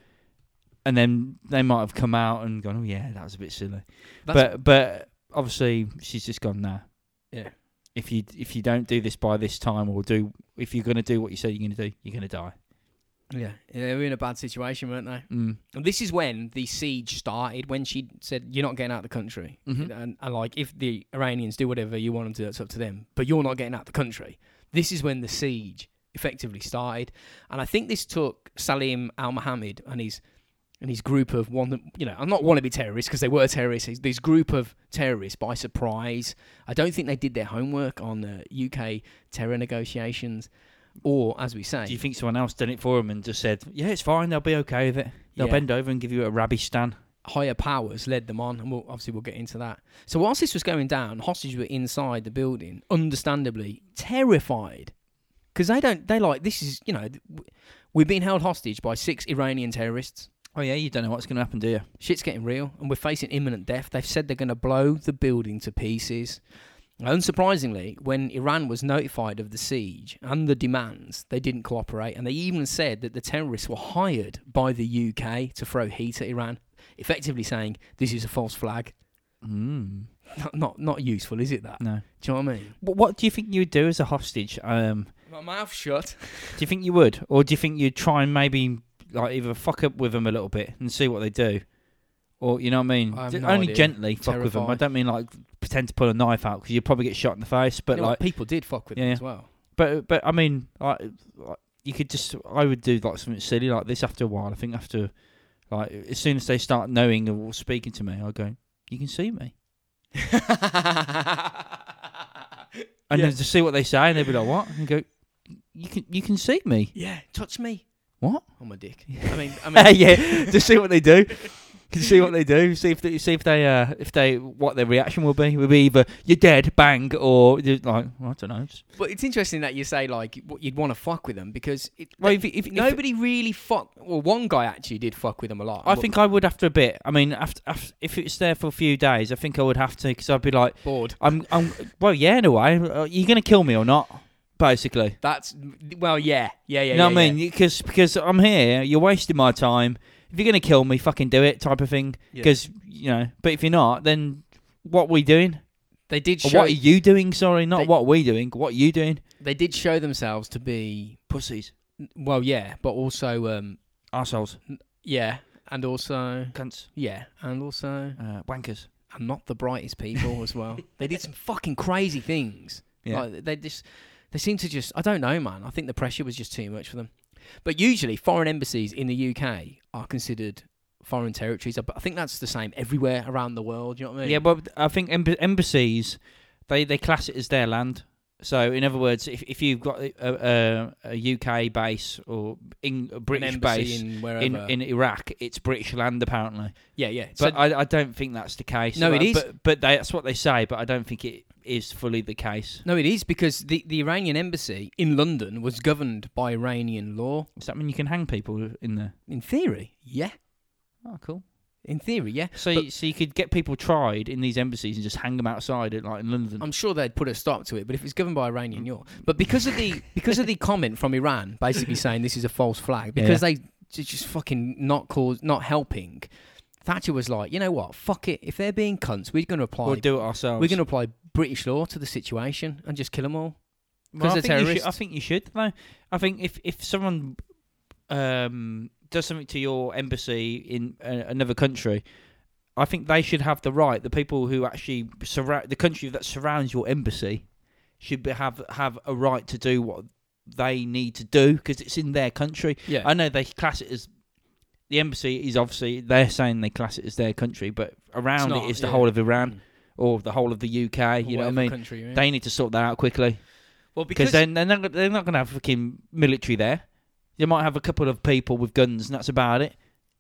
and then they might have come out and gone, oh yeah, that was a bit silly. That's- but but obviously she's just gone nah. Yeah. If you if you don't do this by this time or do if you're gonna do what you say you're gonna do, you're gonna die. yeah, yeah, they were in a bad situation, weren't they? Mm. And this is when the siege started. When she said, "You're not getting out of the country," Mhm. and, and like if the Iranians do whatever you want them to, that's up to them. But you're not getting out of the country. This is when the siege effectively started, and I think this took Salim Al Mohammed and his and his group of one, you know, I'm not wannabe terrorists because they were terrorists. his- This group of terrorists by surprise. I don't think they did their homework on the UK terror negotiations, or as we say, Do you think someone else done it for him and just said, yeah, it's fine, they'll be okay with it. They'll yeah. bend over and give you a rabbi stan. higher powers led them on, and we'll, obviously we'll get into that. So whilst this was going down, hostages were inside the building, understandably terrified, because they don't they like this is you know th- w- we're being held hostage by six Iranian terrorists. Oh yeah, you don't know what's going to happen, do you? Shit's getting real, and we're facing imminent death. They've said they're going to blow the building to pieces. Unsurprisingly, when Iran was notified of the siege and the demands, they didn't cooperate, and they even said that the terrorists were hired by the UK to throw heat at Iran, effectively saying this is a false flag. Mm. Not not, not useful, is it? That No. do you know what I mean? What, what do you think you would do as a hostage? Um, My mouth shut. do you think you would, or do you think you'd try and maybe like either fuck up with them a little bit and see what they do, or you know what I mean? I have Ju- no Only idea. gently fuck with them. I Terrified. don't mean like pretend to pull a knife out because you'd probably get shot in the face. But like, people did fuck with Yeah, them yeah. as well. but but I mean, like, like, you could just I would do like something silly like this after a while. I think after like as soon as they start knowing or speaking to me, I will go, you can see me, and Yeah. then to see what they say, and they'd be like, what? And go, you can you can see me. yeah, touch me. What? I'm a dick. I mean, I mean, yeah, just see what they do. Just see what they do. See if they, see if they uh, if they what their reaction will be. Will be either you're dead, bang, or you're like well, I don't know. Just- But it's interesting that you say like what you'd want to fuck with them because it, Well, th- if- if- if- nobody really fuck. Well, one guy actually did fuck with them a lot. I think I would after a bit. I mean, after, after if it's there for a few days, I think I would have to because I'd be like, bored. I'm I'm well, yeah, in a way, uh, you're gonna kill me or not, basically. That's well, yeah, yeah, yeah. you know yeah, what I yeah. mean? Because because I'm here, you're wasting my time. If you're gonna kill me, fucking do it, type of thing. Yeah. Because you know, but if you're not, then what we doing? They did Or show. what are you doing? Sorry, not They- what we doing. What are you doing? They did show themselves to be Pussies, well, yeah, but also um, assholes, yeah, and also cunts, yeah, and also uh, wankers. and not the brightest people as well. they did some fucking crazy things. Yeah. Like, they just they seem to just I don't know, man. I think the pressure was just too much for them. But usually foreign embassies in the UK are considered foreign territories. I I think that's the same everywhere around the world, you know what I mean? Yeah, but I think emb- embassies, they they class it as their land. So in other words, if if you've got a, a, a UK base or in a An British embassy base in wherever. in, in Iraq, it's British land apparently. yeah, yeah. But so, I I don't think that's the case. No, but, it is. But, but they, that's what they say. But I don't think it is fully the case. no, it is because the, the Iranian embassy in London was governed by Iranian law. Does that mean you can hang people in there? In theory, yeah. Oh, cool. In theory, yeah. So, you, so you could get people tried in these embassies and just hang them outside, at, like in London. I'm sure they'd put a stop to it, but if it's given by Iranian law, but because of the because of the comment from Iran, basically saying this is a false flag, because they they just fucking not cause not helping. Thatcher was like, you know what, fuck it. If they're being cunts, we're going to apply we'll do it ourselves. we're going to apply British law to the situation and just kill them all. Well, 'Cause I they're think you should- I terrorists. think you should. Though. I think if if someone um, does something to your embassy in uh, another country, I think they should have the right. The people who actually surround the country that surrounds your embassy should be, have have a right to do what they need to do because it's in their country. Yeah, I know they class it as the embassy is obviously they're saying they class it as their country, but around not, it is the yeah. whole of Iran or the whole of the UK. You know what I mean? Mm. Country, you're in. They need to sort that out quickly well, because then they're not, they're not going to have fucking military there. You might have a couple of people with guns, and that's about it.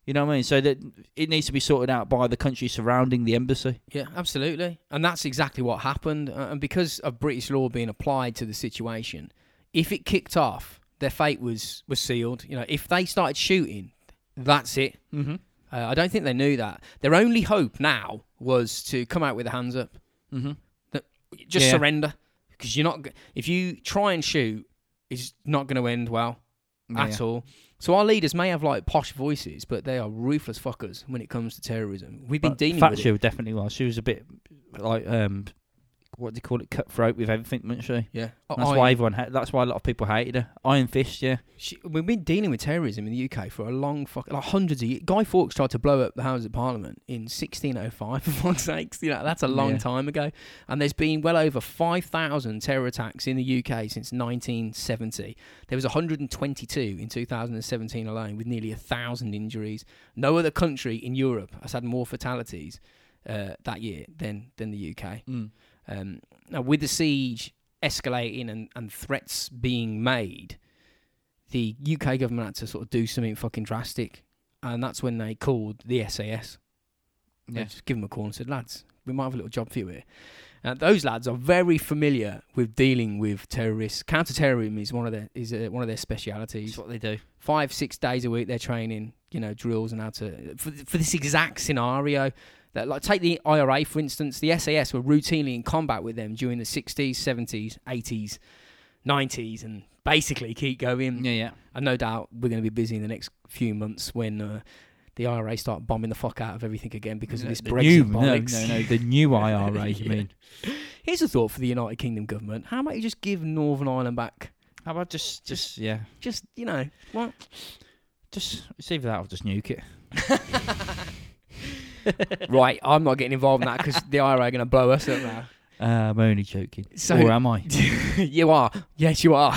You know what I mean? So that it needs to be sorted out by the country surrounding the embassy. Yeah, absolutely. And that's exactly what happened. Uh, and because of British law being applied to the situation, if it kicked off, their fate was, was sealed. You know, if they started shooting, that's it. Mm-hmm. Uh, I don't think they knew that. Their only hope now was to come out with their hands up, Mm-hmm. just Yeah. surrender. Because you're not, g- if you try and shoot, it's not going to end well at all. So our leaders may have like posh voices, but they are ruthless fuckers when it comes to terrorism. We've been dealing with it. Thatcher definitely was. She was a bit like um, what do you call it? Cutthroat with everything, wasn't she? Yeah, Oh, That's I- why everyone. Ha- that's why a lot of people hated her. Iron Fist, yeah. She, we've been dealing with terrorism in the UK for a long fuck, like hundreds of years. Guy Fawkes tried to blow up the House of Parliament in 1605, for fuck's sakes. You know, that's a long Yeah. time ago. And there's been well over 5,000 terror attacks in the UK since 1970. There was 122 in 2017 alone, with nearly 1,000 injuries. No other country in Europe has had more fatalities uh, that year than, than the UK. Mm. Um, now, with the siege escalating and, and threats being made, the UK government had to sort of do something fucking drastic. And that's when they called the SAS They Yeah. just give them a call and said, lads, we might have a little job for you here. Uh, those lads are very familiar with dealing with terrorists. Counter-terrorism is one of their is uh, one of their specialities It's what they do. five six days a week they're training you know drills and how to for, for this exact scenario that like take the ira for instance the sas were routinely in combat with them during the 60s 70s 80s 90s and basically keep going Yeah, yeah. and no doubt we're going to be busy in the next few months when uh, the ira start bombing the fuck out of everything again because of this The brexit new, no, no, bollocks no, the new IRA. You Yeah. mean? here's a thought for the united kingdom government how about you just give northern ireland back How about just, just yeah, just you know what just it's either that or just nuke it. right, I'm not getting involved in that because the IRA are going to blow us up now. Uh, I'm only joking. So- or am I? you are. Yes, you are.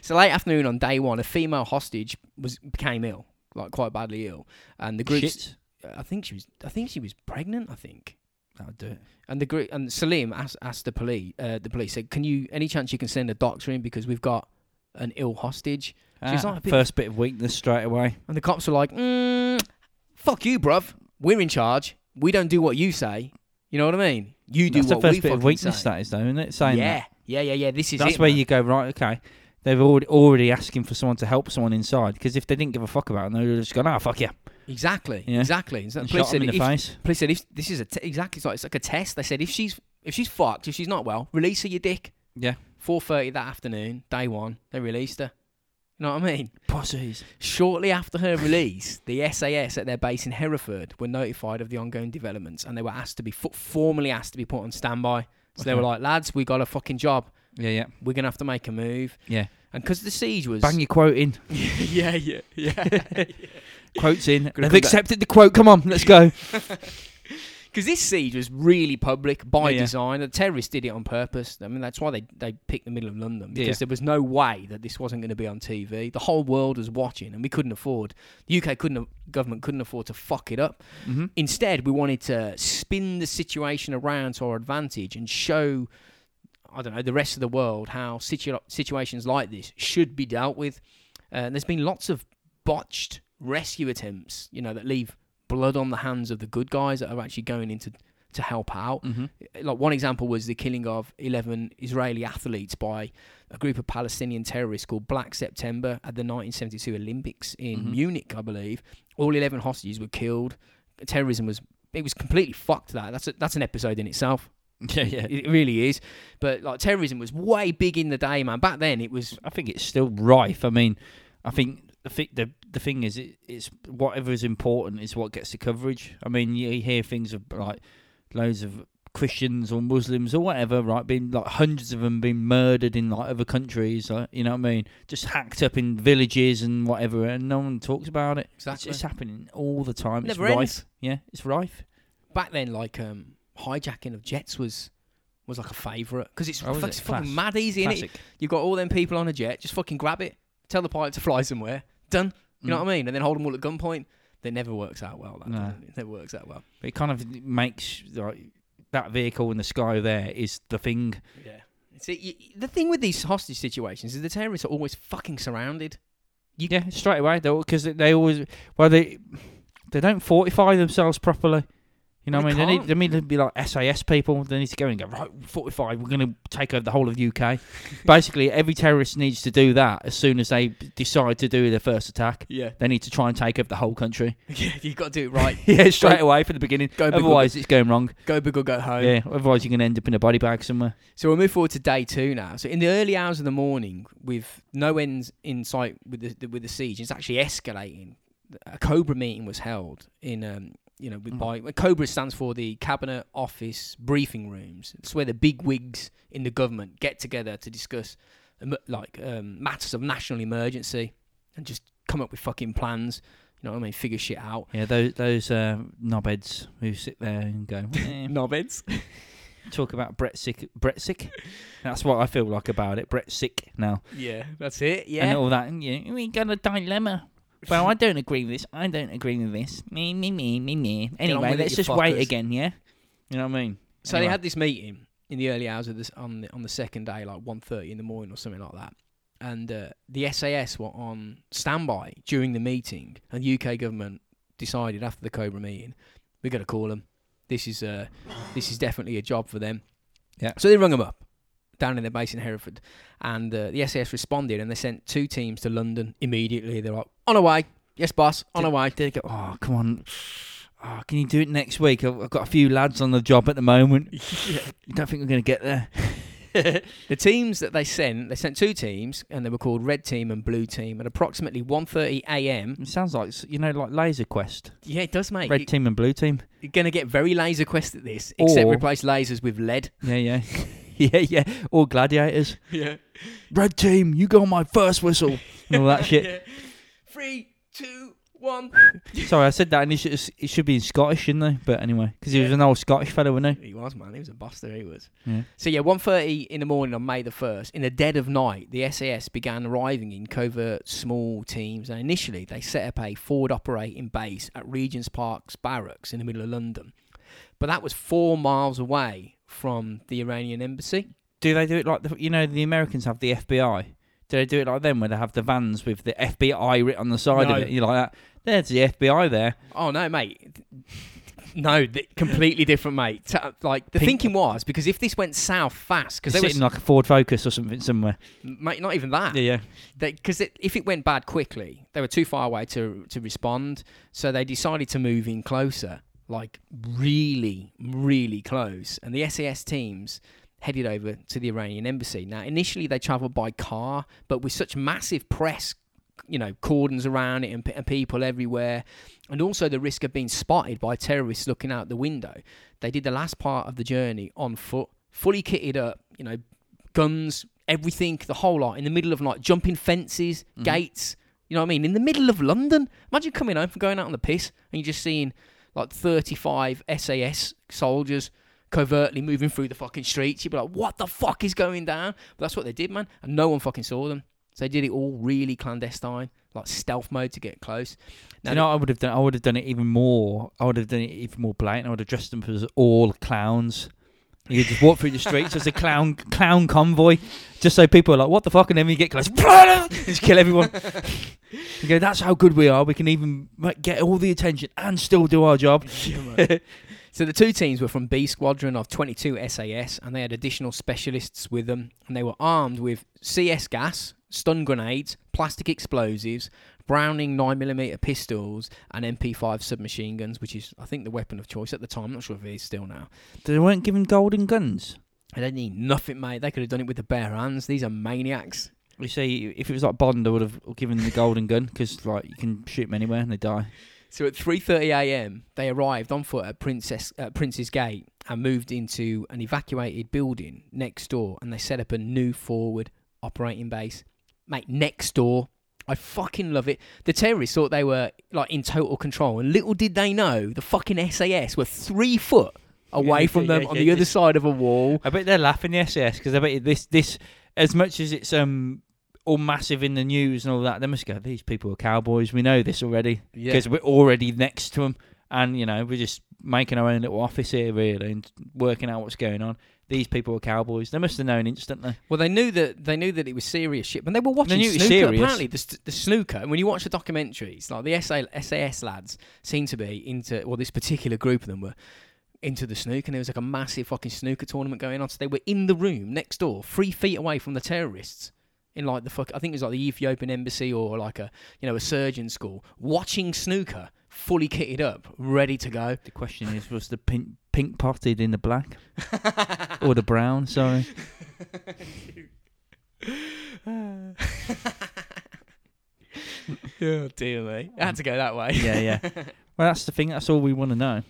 so late afternoon on day one, a female hostage was became ill, like quite badly ill, and the group. Shit. I think she was. I think she was pregnant. I think. That would do it. And the group and Salim asked, asked the police. Uh, the police said, "Can you any chance you can send a doctor in because we've got an ill hostage?" She's Ah, like a bit- first bit of weakness straight away. And the cops were like, mm, "Fuck you, bruv. We're in charge. We don't do what you say. You know what I mean? You do That's the what first we bit of fucking weakness say." that is, though, isn't it? Saying yeah, that. yeah, yeah, yeah. This is That's it, where man. you go right. Okay, they've already already asking for someone to help someone inside because if they didn't give a fuck about it, they'd have just gone, ah, fuck yeah, exactly, Yeah. exactly. So the and police shot said, them in the if, face. police said if this is a te- exactly it's like, it's like a test. They said if she's if she's fucked, if she's not well, release her, you dick. Yeah. Four thirty that afternoon, day one, they released her. You know what I mean? Pussies. Shortly after her release, the SAS at their base in Hereford were notified of the ongoing developments, and they were asked to be fo- formally asked to be put on standby. So they Okay. were like, "Lads, we got a fucking job. Yeah, yeah, We're gonna have to make a move." yeah. And because the siege was Bang your quote in. yeah, yeah, yeah. Quotes in. come They've back. accepted the quote. Come on, let's go. Because this siege was really public by Yeah, yeah. design. The terrorists did it on purpose. I mean, that's why they, they picked the middle of London because Yeah. there was no way that this wasn't going to be on TV. The whole world was watching, and we couldn't afford. The UK couldn't government couldn't afford to fuck it up. hmm Instead, we wanted to spin the situation around to our advantage and show, I don't know, the rest of the world how situ- situations like this should be dealt with. Uh, and there's been lots of botched rescue attempts, you know, that leave blood on the hands of the good guys that are actually going into to help out. hmm Like one example was the killing of 11 Israeli athletes by a group of Palestinian terrorists called Black September at the 1972 Olympics in Mhm. Munich, I believe. All 11 hostages were killed. Terrorism was it was completely fucked. That that's a, that's an episode in itself. Yeah, yeah. It really is. But like terrorism was way big in the day, man. Back then it was I think it's still rife. I mean, I think the thi- the the thing is, it, it's whatever is important is what gets the coverage. I mean, you hear things of like loads of Christians or Muslims or whatever, right? Being like hundreds of them being murdered in like other countries, like, you know what I mean? Just hacked up in villages and whatever, and no one talks about it. It's, Exactly. it's happening all the time. Never it's ends. rife. Yeah, it's rife. back then like um hijacking of jets was was like a favorite because it's, Oh, is fuck- it? it's fucking Class. mad easy innit? Classic. You've got all them people on a jet. Just fucking grab it. Tell the pilot to fly somewhere. Done. You know Mm. what I mean? And then hold them all at gunpoint. That never works out well. That No. doesn't it? it never works out well. It kind of makes like that vehicle in the sky. There is the thing. Yeah. See, y- the thing with these hostage situations is the terrorists are always fucking surrounded. yeah, straight away though, because they always well they they don't fortify themselves properly. You know, They what I mean, they can't. need, they need to be like SAS people. They need to go and go right fortify. We're going to take over the whole of the UK. Basically, every terrorist needs to do that as soon as they decide to do their first attack. Yeah. They need to try and take over the whole country. yeah. You got to do it right. yeah, straight away from the Oh. beginning. Go big or Otherwise, it's going wrong. go big or go home. Yeah, otherwise you're going to end up in a body bag somewhere. So we'll move forward to day two now. So in the early hours of the morning, with no ends in sight with the, the with the siege, it's actually escalating. A Cobra meeting was held in, um, you know, with, Mm-hmm. by Cobra stands for the Cabinet Office Briefing Rooms. It's where the big wigs in the government get together to discuss um, like um, matters of national emergency and just come up with fucking plans. You know what I mean? Figure shit out. Yeah, those those uh, knobheads who sit there and go. "Eh, Knobheads. talk about Brett Sick. Brett Sick. That's what I feel like about it. Brett Sick now. Yeah, that's it. And Yeah. all that. And, you know, we got a dilemma. Well, I don't agree with this. I don't agree with this. Me, me, me, me, me. on Anyway, with it, let's you just wait fuckers. again, yeah? You know what I mean? So they Anyway. had this meeting in the early hours of this on the, on the second day, like 1.30 in the morning or something like that. And uh, the SAS were on standby during the meeting, and the UK government decided after the Cobra meeting We're gonna call them. This is uh, this is definitely a job for them. Yeah. So they rung them up down in their base in Hereford, and uh, the SAS responded and they sent two teams to London immediately. They're like, on our way. Yes, boss, on our way. Did it go? Oh, come on. Oh, can you do it next week? I've, I've got a few lads on the job at the moment. You don't think we're going to get there? The teams that they sent, they sent two teams, and they were called Red Team and Blue Team. At approximately 1:30 a.m. It sounds like you know, like Laser Quest, Yeah, it does, mate. red You- team and blue team. You're gonna get very laser quest at this, except Or- replace lasers with lead. Yeah, yeah, yeah, yeah. All gladiators. Yeah. Red team, you go on my first whistle and all that shit. Three, two, one. Sorry, I said that, and it should, it should be in Scottish, shouldn't they? But anyway, because he was an old Scottish fellow, wasn't He was man. He was a buster. He was. he? Yeah. So yeah, 1.30 in the morning on May the first, in the dead of night, the SAS began arriving in covert small teams, and initially they set up a forward operating base at Regent's Park's barracks in the middle of London, but that was four miles away from the Iranian embassy. Do they do it like the, you know the Americans have the FBI? Do they do it like them where they have the vans with the FBI written on the side No. of it? You like that? There's the FBI there. Oh no, mate. No, th- completely different, mate. Ta- Like the Pink- thinking was because if this went south fast, because Cause they Ah. were sitting s- like a Ford Focus or something somewhere. mate, not even that. Yeah, yeah. Because it if it went bad quickly, they were too far away to to respond. So they decided to move in closer, like really, really close. And the SAS teams headed over to the Iranian embassy. Now, initially they travelled by car, but with such massive press, you know, cordons around it and, p- and people everywhere, and also the risk of being spotted by terrorists looking out the window, they did the last part of the journey on foot, fully kitted up, you know, guns, everything, the whole lot, in the middle of like jumping fences, Mhm. gates. You know what I mean? In the middle of London. Imagine coming home from going out on the piss and you're just seeing like 35 SAS soldiers covertly moving through the fucking streets. You'd be like, what the fuck is going down? But that's what they did, man. And no one fucking saw them. So they did it all really clandestine, like stealth mode to get close. Do you know what I would have done? I would have done it even more. I would have done it even more blatant. I would have dressed them as all clowns. You could just walk through the streets as a clown clown convoy, just so people are like, "What the fuck?" And then we get close, just kill everyone. you go, that's how good we are. We can even like, get all the attention and still do our job. so the two teams were from B Squadron of 22 SAS, and they had additional specialists with them, and they were armed with CS gas, stun grenades, plastic explosives, Browning 9mm pistols, and MP5 submachine guns, which is, I think, the weapon of choice at the time. I'm not sure if it is still now. They weren't given golden guns. And they need nothing, mate. They could have done it with the bare hands. These are maniacs. You see, if it was like Bond, I would have given them the golden gun because like you can shoot them anywhere and they die. So at 3:30 a.m., they arrived on foot at Princess uh, Prince's Gate and moved into an evacuated building next door, and they set up a new forward operating base, mate. Next door, I fucking love it. The terrorists thought they were like in total control, and little did they know the fucking SAS were three foot away Yeah, from yeah, them yeah, on yeah, the other just- side of a wall. I bet they're laughing the SAS because I bet you this this as much as it's um all massive in the news and all that. They must go. These people are cowboys. We know this already because we're already next to them, and you know we're just making our own little office here really and working out what's going on. These people are cowboys. They must have known instantly. Well, they knew that they knew that it was serious shit, and they were watching knew it was snooker. serious. Apparently, the, s- the snooker. And when you watch the documentaries, like the SA, SAS lads seem to be into, well, this particular group of them were into the snooker, and there was like a massive fucking snooker tournament going on. So they were in the room next door, three feet away from the terrorists. In like the fuck, I think it was like the Ethiopian embassy or like a you know a surgeon school, watching snooker, fully kitted up, ready to go. The question is, was the pink pink potted in the black or the brown? Sorry. oh dear me! I had to go that way. Yeah, yeah. Well, that's the thing. That's all we want to know.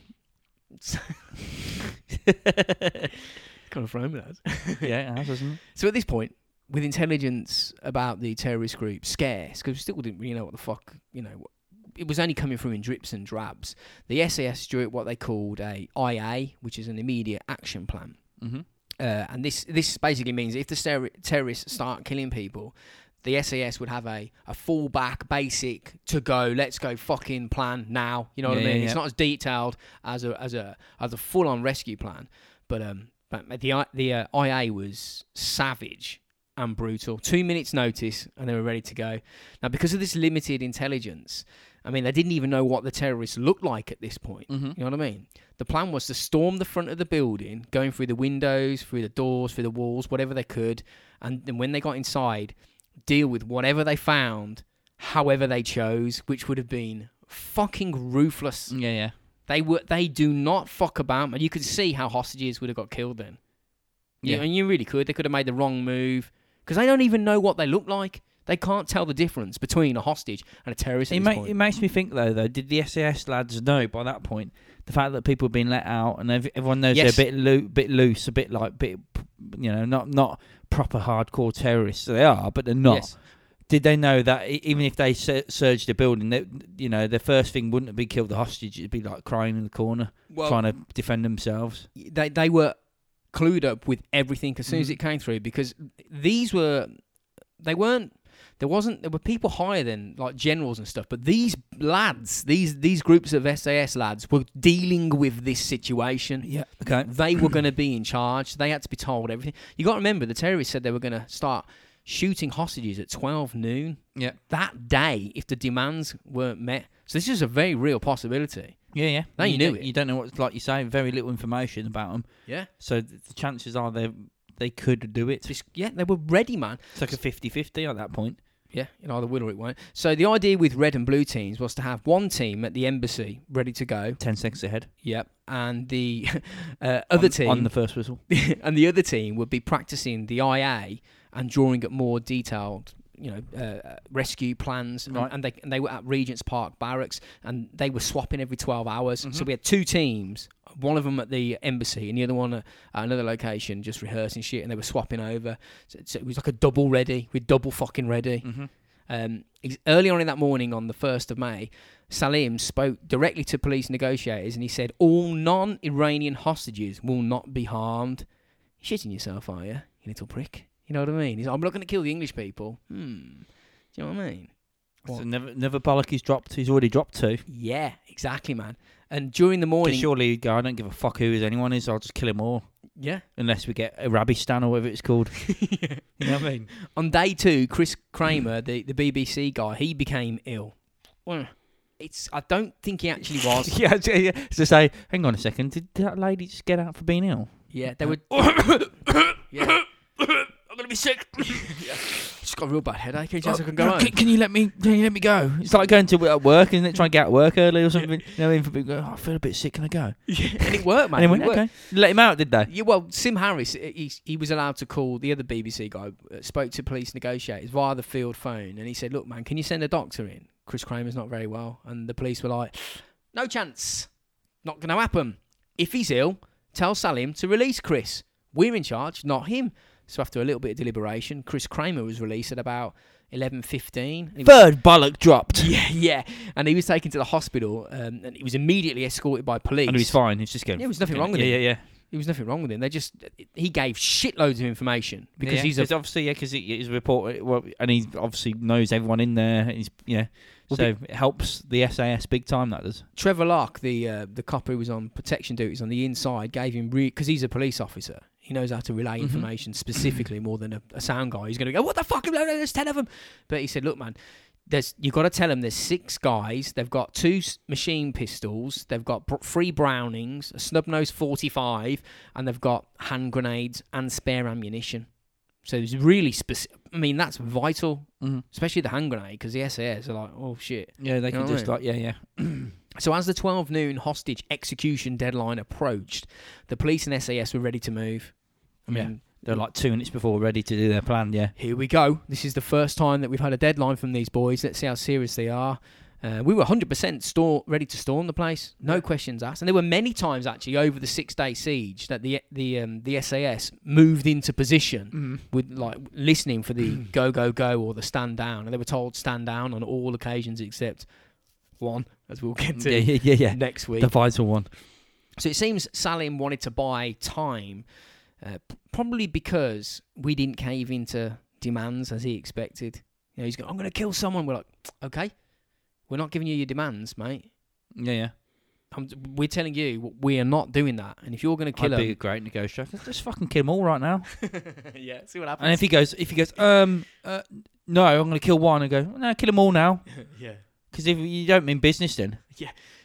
kind of thrown me that. Yeah, it has, hasn't it? So at this point, with intelligence about the terrorist group scarce, because we still didn't really know what the fuck, you know, wh- it was only coming through in drips and drabs. The SAS drew up what they called a IA, which is an immediate action plan. Mm-hmm. Uh, and this this basically means if the ser- terrorists start killing people, the SAS would have a, a fallback, basic to go, let's go fucking plan now. You know what Yeah, I mean? yeah, It's yeah. not as detailed as a as a as a full on rescue plan, but um, but the I- the uh, IA was savage and brutal. Two minutes notice, and they were ready to go. Now, because of this limited intelligence, I mean, they didn't even know what the terrorists looked like at this point. Mm-hmm. You know what I mean? The plan was to storm the front of the building, going through the windows, through the doors, through the walls, whatever they could, and then when they got inside, deal with whatever they found, however they chose, which would have been fucking ruthless. Yeah, yeah. They were they do not fuck about, and you could see how hostages would have got killed then. Yeah, Yeah. and you really could. They could have made the wrong move because they don't even know what they look like. They can't tell the difference between a hostage and a terrorist. At It, this ma- point. it makes me think though, though, did the SAS lads know by that point the fact that people have been let out and ev- everyone knows Yes. they're a bit loo- bit loose, a bit like bit, you know, not not proper hardcore terrorists. They are, but they're not. Yes. Did they know that e- even if they sur- surged the building, that you know, their first thing wouldn't be kill the hostage; it'd be like crying in the corner, trying to defend themselves. they they were clued up with everything as soon as Mhm. it came through because these were they weren't there wasn't there were people higher than like generals and stuff but these lads these these groups of SAS lads were dealing with this situation Yeah. Okay. they were going to be in charge they had to be told everything you got to remember the terrorists said they were going to start shooting hostages at 12 noon Yeah. that day if the demands weren't met so this is a very real possibility Yeah, yeah. They you knew don't- it. You don't know what, like you say, very little information about them. yeah So th- the chances are they they could do it. this, yeah they were ready man It's like a 50-50 at that point. Yeah, it either will or it won't. So the idea with red and blue teams was to have one team at the embassy ready to go. Ten seconds ahead. Yep, and the uh, other on, team on the first whistle. and the other team would be practicing the IA and drawing up more detailed, you know, uh, rescue plans. And- Right. And, they and they were at Regent's Park Barracks, and they were swapping every twelve hours. So Mhm. we had two teams. One of them at the embassy, and the other one at another location, just rehearsing shit, and they were swapping over. So, so it was like a double ready. We're double fucking ready. Mm-hmm. Um, ex- early on in that morning, on the 1st of May, Salim spoke directly to police negotiators and he said, All non Iranian hostages will not be harmed. You're shitting yourself, are you, you little prick? You know what I mean? He's like, I'm not going to kill the English people. Hmm. Do you know what I mean? So What? never, never Pollock he's dropped. He's already dropped two. 'Cause Yeah, exactly, man. And during the morning. surely he'd go, I don't give a fuck who is anyone is. I'll just kill them all. Yeah. Unless we get Arabistan or whatever it's called. You know what I mean? On day two, Chris Kramer, the, the BBC guy, he became ill. Well, it's. I don't think he actually was. yeah, so, yeah. So say, hang on a second. Did that lady just get out for being ill? Yeah, they were. yeah. I'm gonna be sick. Just got a real bad headache. Any chance I can go home? Oh, Can, can you let me? Can you let me go? It's like going to uh, work, isn't it? Trying to get out of work early or something. You know, what I mean? For people go, oh, I feel a bit sick. Can I go? and it worked, man. and he went, it worked. okay. Let him out, did they? Yeah, well, Sim Harris, eh, he, he was allowed to call the other BBC guy, uh, spoke to police negotiators via the field phone, and he said, "Look, man, can you send a doctor in? Chris Kramer's not very well." And the police were like, "No chance, not going to happen. If he's ill, tell Salim to release Chris. We're in charge, not him." So after a little bit of deliberation, Chris Kramer was released at about eleven fifteen. Third bollock dropped. Yeah, yeah. And he was taken to the hospital, um, and he was immediately escorted by police. And he was fine. He's just going. There was nothing wrong with yeah, him. Yeah, yeah. There was nothing wrong with him. They just he gave shitloads of information because Yeah, he's a 'cause obviously yeah because he, he's a reporter well, and he obviously knows everyone in there. and He's yeah, Well, so it helps the SAS big time. That does. Trevor Lark, the uh, the cop who was on protection duties on the inside, gave him because he's a police officer. He knows how to relay Mhm. information specifically more than a, a sound guy. He's going to go, "What the fuck? Blah, blah, There's ten of them." But he said, "Look, man, there's you got to tell them there's six guys. They've got two s- machine pistols. They've got br- three Brownings, a snub nose 45, and they've got hand grenades and spare ammunition." So it's really specific. I mean, that's vital, Mhm. especially the hand grenade, because the SAS are like, "Oh shit." Yeah, they You can know what I just mean? like yeah, yeah. So, as the 12 noon hostage execution deadline approached, the police and SAS were ready to move. I Yeah. mean, They're like two minutes before ready to do their plan. Yeah, here we go. This is the first time that we've had a deadline from these boys. Let's see how serious they are. Uh, we were 100% store, ready to storm the place, no questions asked. And there were many times actually over the six day siege that the the um, the SAS moved into position Mm-hmm. with like listening for the go go go or the stand down, and they were told stand down on all occasions except one, as we'll get to yeah, yeah, yeah. yeah. next week. The vital one. So it seems Salim wanted to buy time, uh, p- probably because we didn't cave into demands as he expected. You know, he's going, I'm going to kill someone. We're like, okay, we're not giving you your demands, mate. Yeah, yeah. I'm, we're telling you w- we are not doing that. And if you're going I'd to kill be a him, great negotiator. Just fucking kill them all right now. yeah, see what And if he goes, if he goes, um, uh, no, I'm gonna kill one. I go, no, kill them all now. yeah. Because Because if you don't mean business, then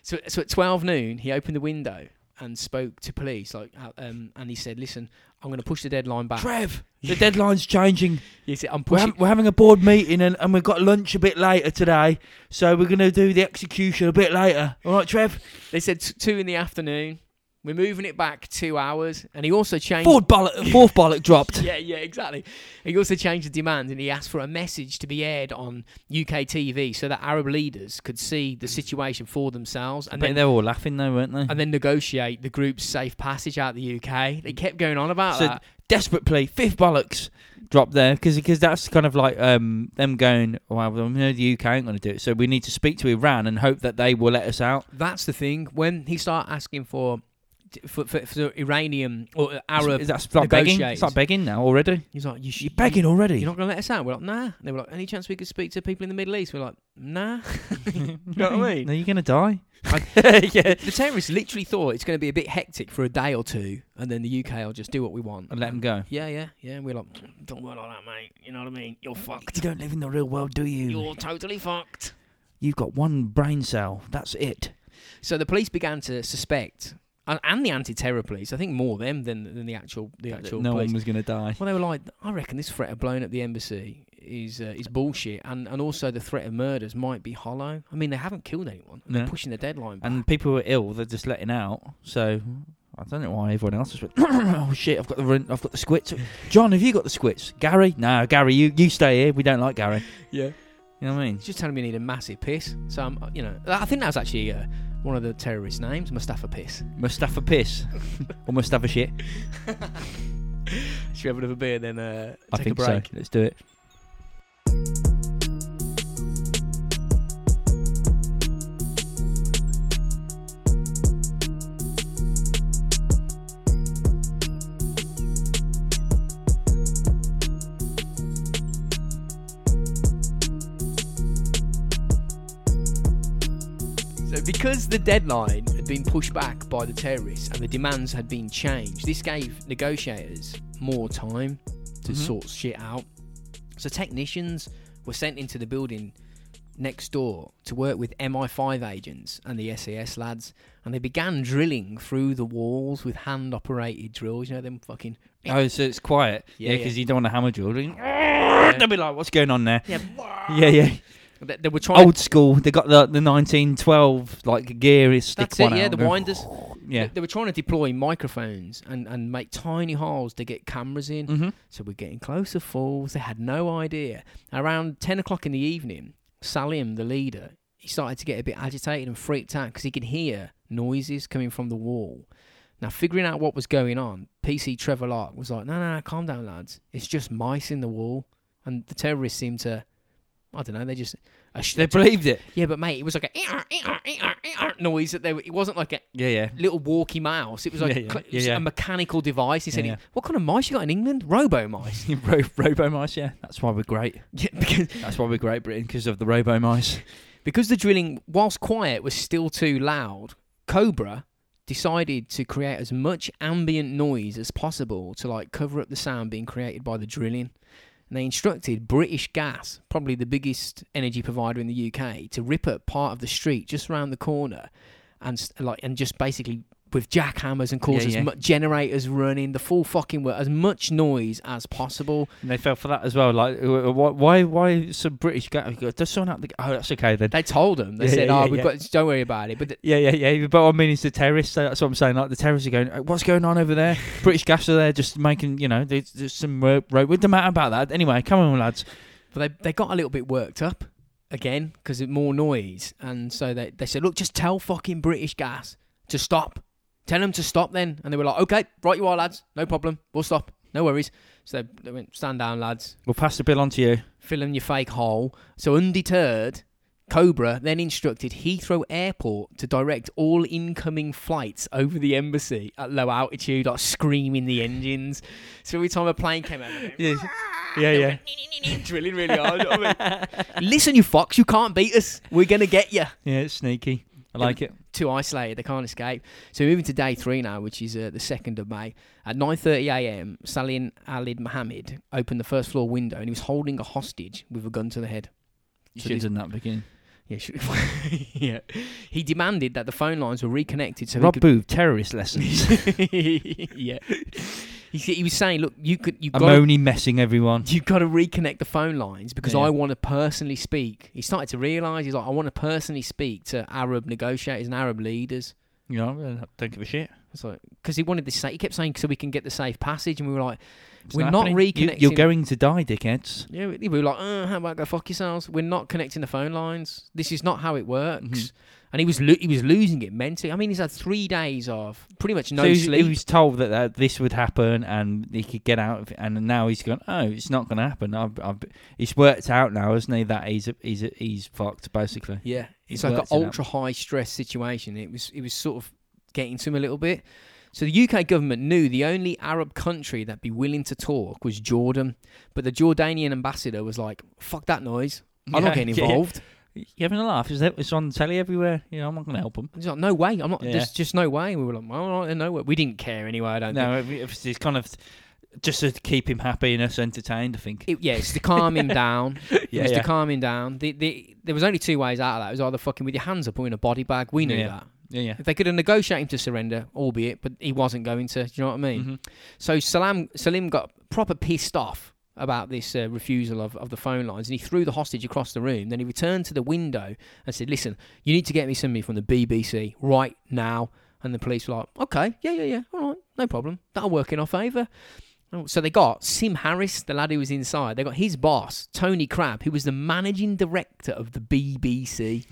So, so at 12 noon, he opened the window and spoke to police, like, uh, um, and he said, "Listen, I'm going to push the deadline back." Trev, Yeah. the deadline's changing. He said, "I'm We're, pushing." hav- we're having a board meeting and, and we've got lunch a bit later today, so we're going to do the execution a bit later. All right, Trev? They said t- two in the afternoon. We're moving it back two hours, and he also changed. Fourth bollock, fourth bollock dropped. Yeah, yeah, exactly. He also changed the demand, and he asked for a message to be aired on UK TV so that Arab leaders could see the situation for themselves, and And then then they were all laughing, though, weren't they? and then negotiate the group's safe passage out the UK. They kept going on about So- that. Desperate plea, fifth bollocks dropped there because that's kind of like um, them going, well, we know the UK ain't going to do it, so we need to speak to Iran and hope that they will let us out. That's the thing. When he started asking for for, for, for Iranian or Arab, Is that start begging? negotiators. Start begging now already. he's like, you sh- You're begging already. You're not going to let us out. We're like, nah. And they were like, any chance we could speak to people in the Middle East? We're like, nah. you know what I mean? No, you're going to die. The, the terrorists literally thought it's going to be a bit hectic for a day or two, and then the UK will just do what we want And let them go. Yeah, yeah, yeah. And we're like, don't work like that, mate. You know what I mean? You're fucked. You don't live in the real world, do you? You're totally fucked. You've got one brain cell. That's it. So the police began to suspect, and, and the anti-terror police. I think more them than than the actual the actual no police. one was going to die. Well, they were like, I reckon this threat of blowing up the embassy is uh, is bullshit, and and also the threat of murders might be hollow. I mean, they haven't killed anyone. They're No. pushing the deadline. back. And people were ill. They're just letting out. So I don't know why everyone else was. Went, oh shit! I've got the run- I've got the squits. John, have you got the squits? Gary? No, Gary. You you stay here. We don't like Gary. yeah, You know what I mean? he's just telling me you need a massive piss. So I'm, you know, I think that was actually uh, one of the terrorist names, Mustafa Piss. Mustafa piss or Mustafa shit. Should we have another beer then? Uh, I take think a break. so. Let's do it. So, because the deadline had been pushed back by the terrorists and the demands had been changed, this gave negotiators more time to Mhm. sort shit out. So, technicians were sent into the building next door to work with MI5 agents and the SAS lads, and they began drilling through the walls with hand operated drills. You know, them fucking. Oh, so it's quiet. Yeah, Yeah, yeah. because you don't want a hammer drill. do you? They'll be like, "What's going on there?" Yeah, Yeah, yeah. they, they were trying. Old school. They got the the 1912 like gear is stick that's one it, yeah, out. the Go, winders. Yeah. They, they were trying to deploy microphones and, and make tiny holes to get cameras in. Mm-hmm. So we're getting closer, falls. They had no idea. Around 10 o'clock in the evening, Salim, the leader, he started to get a bit agitated and freaked out because he could hear noises coming from the wall. Now, figuring out what was going on, PC Trevor Lark was like, no, no, no, calm down, lads. It's just mice in the wall. And the terrorists seemed to, I don't know, they just. A sh- They believed it. yeah, but mate, it was like a "Ear, ear, ear, ear" noise that they were, it wasn't like a Yeah, yeah. little walkie mouse. It was like Yeah, yeah, cl- yeah, yeah. a mechanical device. He said, Yeah, yeah. "What kind of mice you got in England? Robo mice." Ro- robo mice, yeah. That's why we're great. Yeah, because That's why we're great Britain because of the robo mice. because the drilling, whilst quiet, was still too loud. Cobra decided to create as much ambient noise as possible to like cover up the sound being created by the drilling. And they instructed British Gas, probably the biggest energy provider in the UK, to rip up part of the street just round the corner, and s- like and just basically with jackhammers and cause Yeah, as yeah. much generators running, the full fucking work, as much noise as possible. And they fell for that as well. Like, wh- wh- why why some British guy go, does someone out the. Oh, that's okay then. They told them, they Yeah, said, yeah, "Oh, yeah, we've yeah. got, don't worry about it." But the, Yeah, yeah, yeah. But what I mean is the terrorists. So that's what I'm saying. Like the terrorists are going, "Uh, "What's going on over there?" British gas are there, just making you know, there's, there's some rope. Ro- what the matter about that? Anyway, come on, lads. But they, they got a little bit worked up again because of more noise. And so they, they said, look, just tell fucking British Gas to stop. Tell them to stop then. And they were like, okay, right you are, lads. No problem. We'll stop. No worries. So they, they went, stand down, lads. We'll pass the bill on to you. Fill in your fake hole. So undeterred, Cobra then instructed Heathrow Airport to direct all incoming flights over the embassy at low altitude, like screaming the engines. So every time a plane came over, Yeah, yeah, yeah. drilling really hard. you know what I mean? Listen, you fox, you can't beat us. We're gonna get you. yeah it's sneaky. I like it. Too isolated, they can't escape. So we're moving to day three now, which is uh, the second of May at 9:30 a.m. Salim Alid Mohammed opened the first floor window and he was holding a hostage with a gun to the head. You So should have these- done that at the beginning. Yeah, should, yeah. He demanded that the phone lines were reconnected so Rob he could. Booth, terrorist lessons. yeah. He, said- he was saying, look, you could, you I'm got, only messing everyone. you've got to reconnect the phone lines because Yeah. I want to personally speak. He started to realise he's like, I want to personally speak to Arab negotiators and Arab leaders. You know, I don't give a shit. It's like because he wanted the safe. He kept saying so we can get the safe passage, and we were like, It's We're not happening. You- reconnecting. You're going to die, dickheads. yeah, we we were like, uh, how about go fuck yourselves? We're not connecting the phone lines. This is not how it works. Mhm. And he was lo- he was losing it mentally. I mean, he's had three days of pretty much no so he was, sleep. he was told that, that this would happen and he could get out of it, and now he's gone. Oh, it's not going to happen. I've, I've, he's worked out now, hasn't he? That he's he's he's fucked basically. yeah, he's it's like an worked it out. ultra high stress situation. It was it was sort of getting to him a little bit. So the UK government knew the only Arab country that'd be willing to talk was Jordan, but the Jordanian ambassador was like, "Fuck that noise! I'm Yeah, not getting yeah, yeah. involved." You having a laugh? Is that it's on telly everywhere? You know, I'm not going to help him. He's like, "No way! I'm not. Yeah. There's just no way." And we were like, "Well, all right, then, no way." We didn't care anyway. I don't. think. No, it- it's it's kind of just to keep him happy and us entertained. I think. It, yeah, it's to calm him down. It yeah, was yeah. to calm him down. The, the, there was only two ways out of that. It was either fucking with your hands up or in a body bag. We knew Yeah. that. yeah, yeah. If they could have negotiated him to surrender, albeit, but he wasn't going to. Do you know what I mean? Mhm. So Salam Salim got proper pissed off about this uh, refusal of, of the phone lines, and he threw the hostage across the room. Then he returned to the window and said, "Listen, you need to get me somebody from the BBC right now." And the police were like, "Okay, yeah, yeah, yeah, all right, no problem. That'll work in our favour." Oh, So they got Sim Harris, the lad who was inside. They got his boss, Tony Crabb, who was the managing director of the BBC. so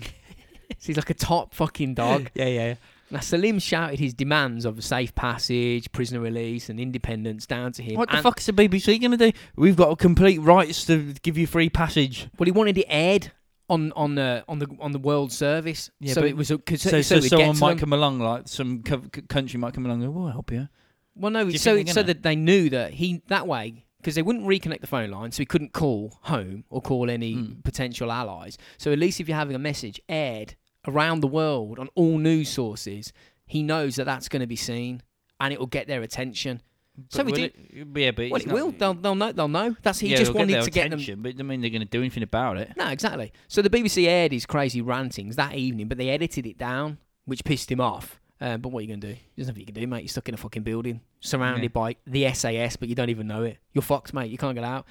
he's like a top fucking dog. Yeah, yeah, yeah. Now Salim shouted his demands of safe passage, prisoner release, and independence down to him. What the And- fuck is the BBC going to do? We've got complete rights to give you free passage. Well, he wanted it aired on on the on the on the world service. Yeah, so but- it was a, cause, So, so, so, it someone gets might them. come along, like some co- c- country might come along and go, we'll help you. Well, no, Do you so think they're so gonna? that they knew that he that way because they wouldn't reconnect the phone line, so he couldn't call home or call any Mm. potential allies. So at least if you're having a message aired around the world on all news sources, he knows that that's going to be seen and it will get their attention. So But we will do- It, yeah, but well, it's it not- will. They'll, they'll know. They'll know. That's he yeah, just it'll wanted their to get them. attention, But I mean, they're going to do anything about it. No, exactly. So the BBC aired his crazy rantings that evening, but they edited it down, which pissed him off. Uh, but what are you going to do? There's nothing you can do, mate. You're stuck in a fucking building, surrounded Yeah. by the SAS, but you don't even know it. You're fucked, mate. You can't get out.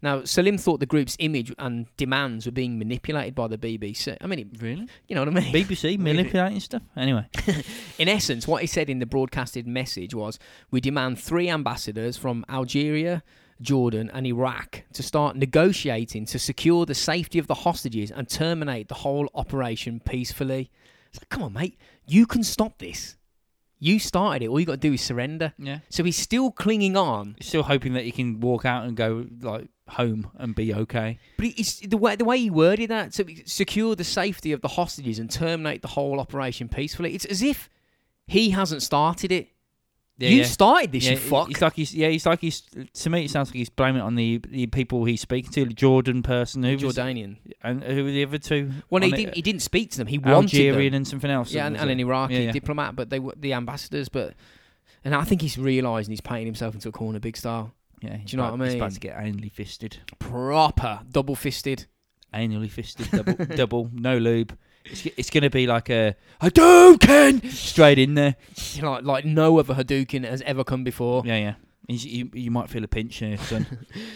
Now, Salim thought the group's image and demands were being manipulated by the BBC. I mean, it, Really? you know what I mean? BBC manipulating stuff. Anyway, In essence, what he said in the broadcasted message was We demand three ambassadors from Algeria, Jordan, and Iraq to start negotiating to secure the safety of the hostages and terminate the whole operation peacefully. It's like, come on, mate, you can stop this. You started it. All you got to do is surrender. yeah. So he's still clinging on, Still hoping that you can walk out and go like home and be okay. but it's the way the way he worded that. So secure the safety of the hostages and terminate the whole operation peacefully. It's as if he hasn't started it. you started this, you it- fuck. It's like he's yeah. It's like he's to me. It sounds like he's blaming it on the the people he's speaking to, the Jordan person who was, Jordanian. and who were the other two. Well, on he it? didn't. He didn't speak to them. He wanted Algerian them. and something else. yeah, and, was and it? an Iraqi Yeah, yeah. diplomat, but they were the ambassadors. But and I think he's realising he's painting himself into a corner, big style, Yeah, he's Do you know about- what I He's about mean? to get anally fisted. proper double fisted. Anally fisted, double, double, no lube. It's, g- it's going to be like a I do Ken straight in there. You know, like like no other Hadouken has ever come before. Yeah, yeah. He's, you, you might feel a pinch here, son.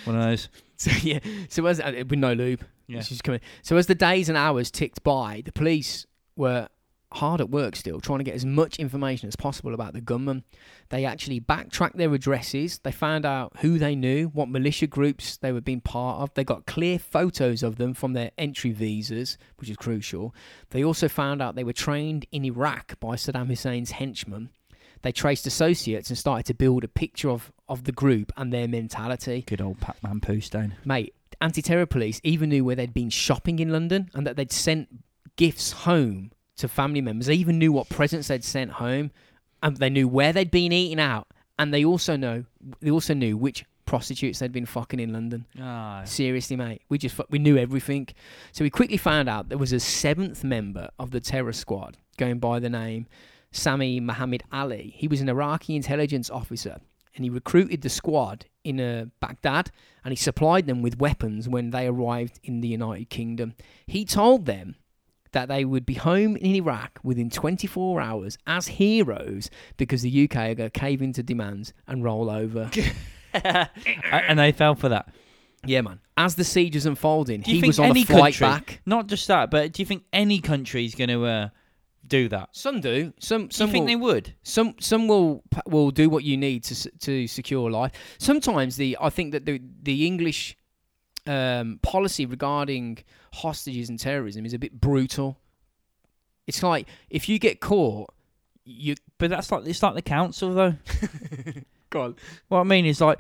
One of those. So yeah, so as uh, with no lube, Yeah. she's coming. So as the days and hours ticked by, the police were hard at work still, trying to get as much information as possible about the gunman. They actually backtracked their addresses. They found out who they knew, what militia groups they were being part of. They got clear photos of them from their entry visas, which is crucial. They also found out they were trained in Iraq by Saddam Hussein's henchmen. They traced associates and started to build a picture of, of the group and their mentality. Good old Pac Man poo stain. Mate, anti terror police even knew where they'd been shopping in London and that they'd sent gifts home to family members. They even knew what presents they'd sent home and they knew where they'd been eating out and they also know they also knew which prostitutes they'd been fucking in London. Ah, Seriously, mate, we just fu- we knew everything. So we quickly found out there was a seventh member of the terror squad going by the name Sami Muhammad Ali. He was an Iraqi intelligence officer, and he recruited the squad in uh, Baghdad, and he supplied them with weapons when they arrived in the United Kingdom. He told them that they would be home in Iraq within 24 hours as heroes because the UK are going to cave into demands and roll over. and they fell for that. yeah, man. As the siege was unfolding, Do you he think was on any a flight country- back. Not just that, but do you think any country is going to uh, do that? Some do. Some Do you some think will, they would? some some will p- will do what you need to s- to secure life. Sometimes the I think that the the English um, policy regarding hostages and terrorism is a bit brutal. It's like if you get caught, you But that's like it's like the council though. go on. What I mean is like,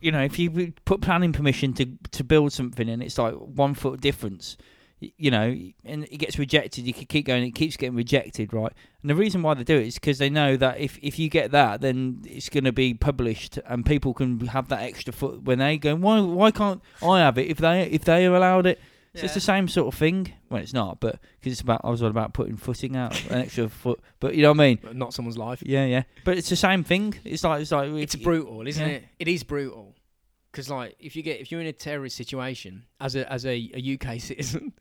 you know, if you would put planning permission to to build something and it's like one foot difference, y- you know, and it gets rejected, you could keep going, it keeps getting rejected, right? And the reason why they do it is because they know that if if you get that, then it's going to be published and people can have that extra foot when they go. Why why can't I have it if they if they are allowed it? So it's the same sort of thing. Well, it's not, but because it's about I was all about putting footing out an extra foot, but you know what I mean. But not someone's life. Yeah, yeah. But it's the same thing. It's like it's like It's brutal, isn't Yeah. it? It is brutal. Because like if you get if you're in a terrorist situation as a as a, a UK citizen,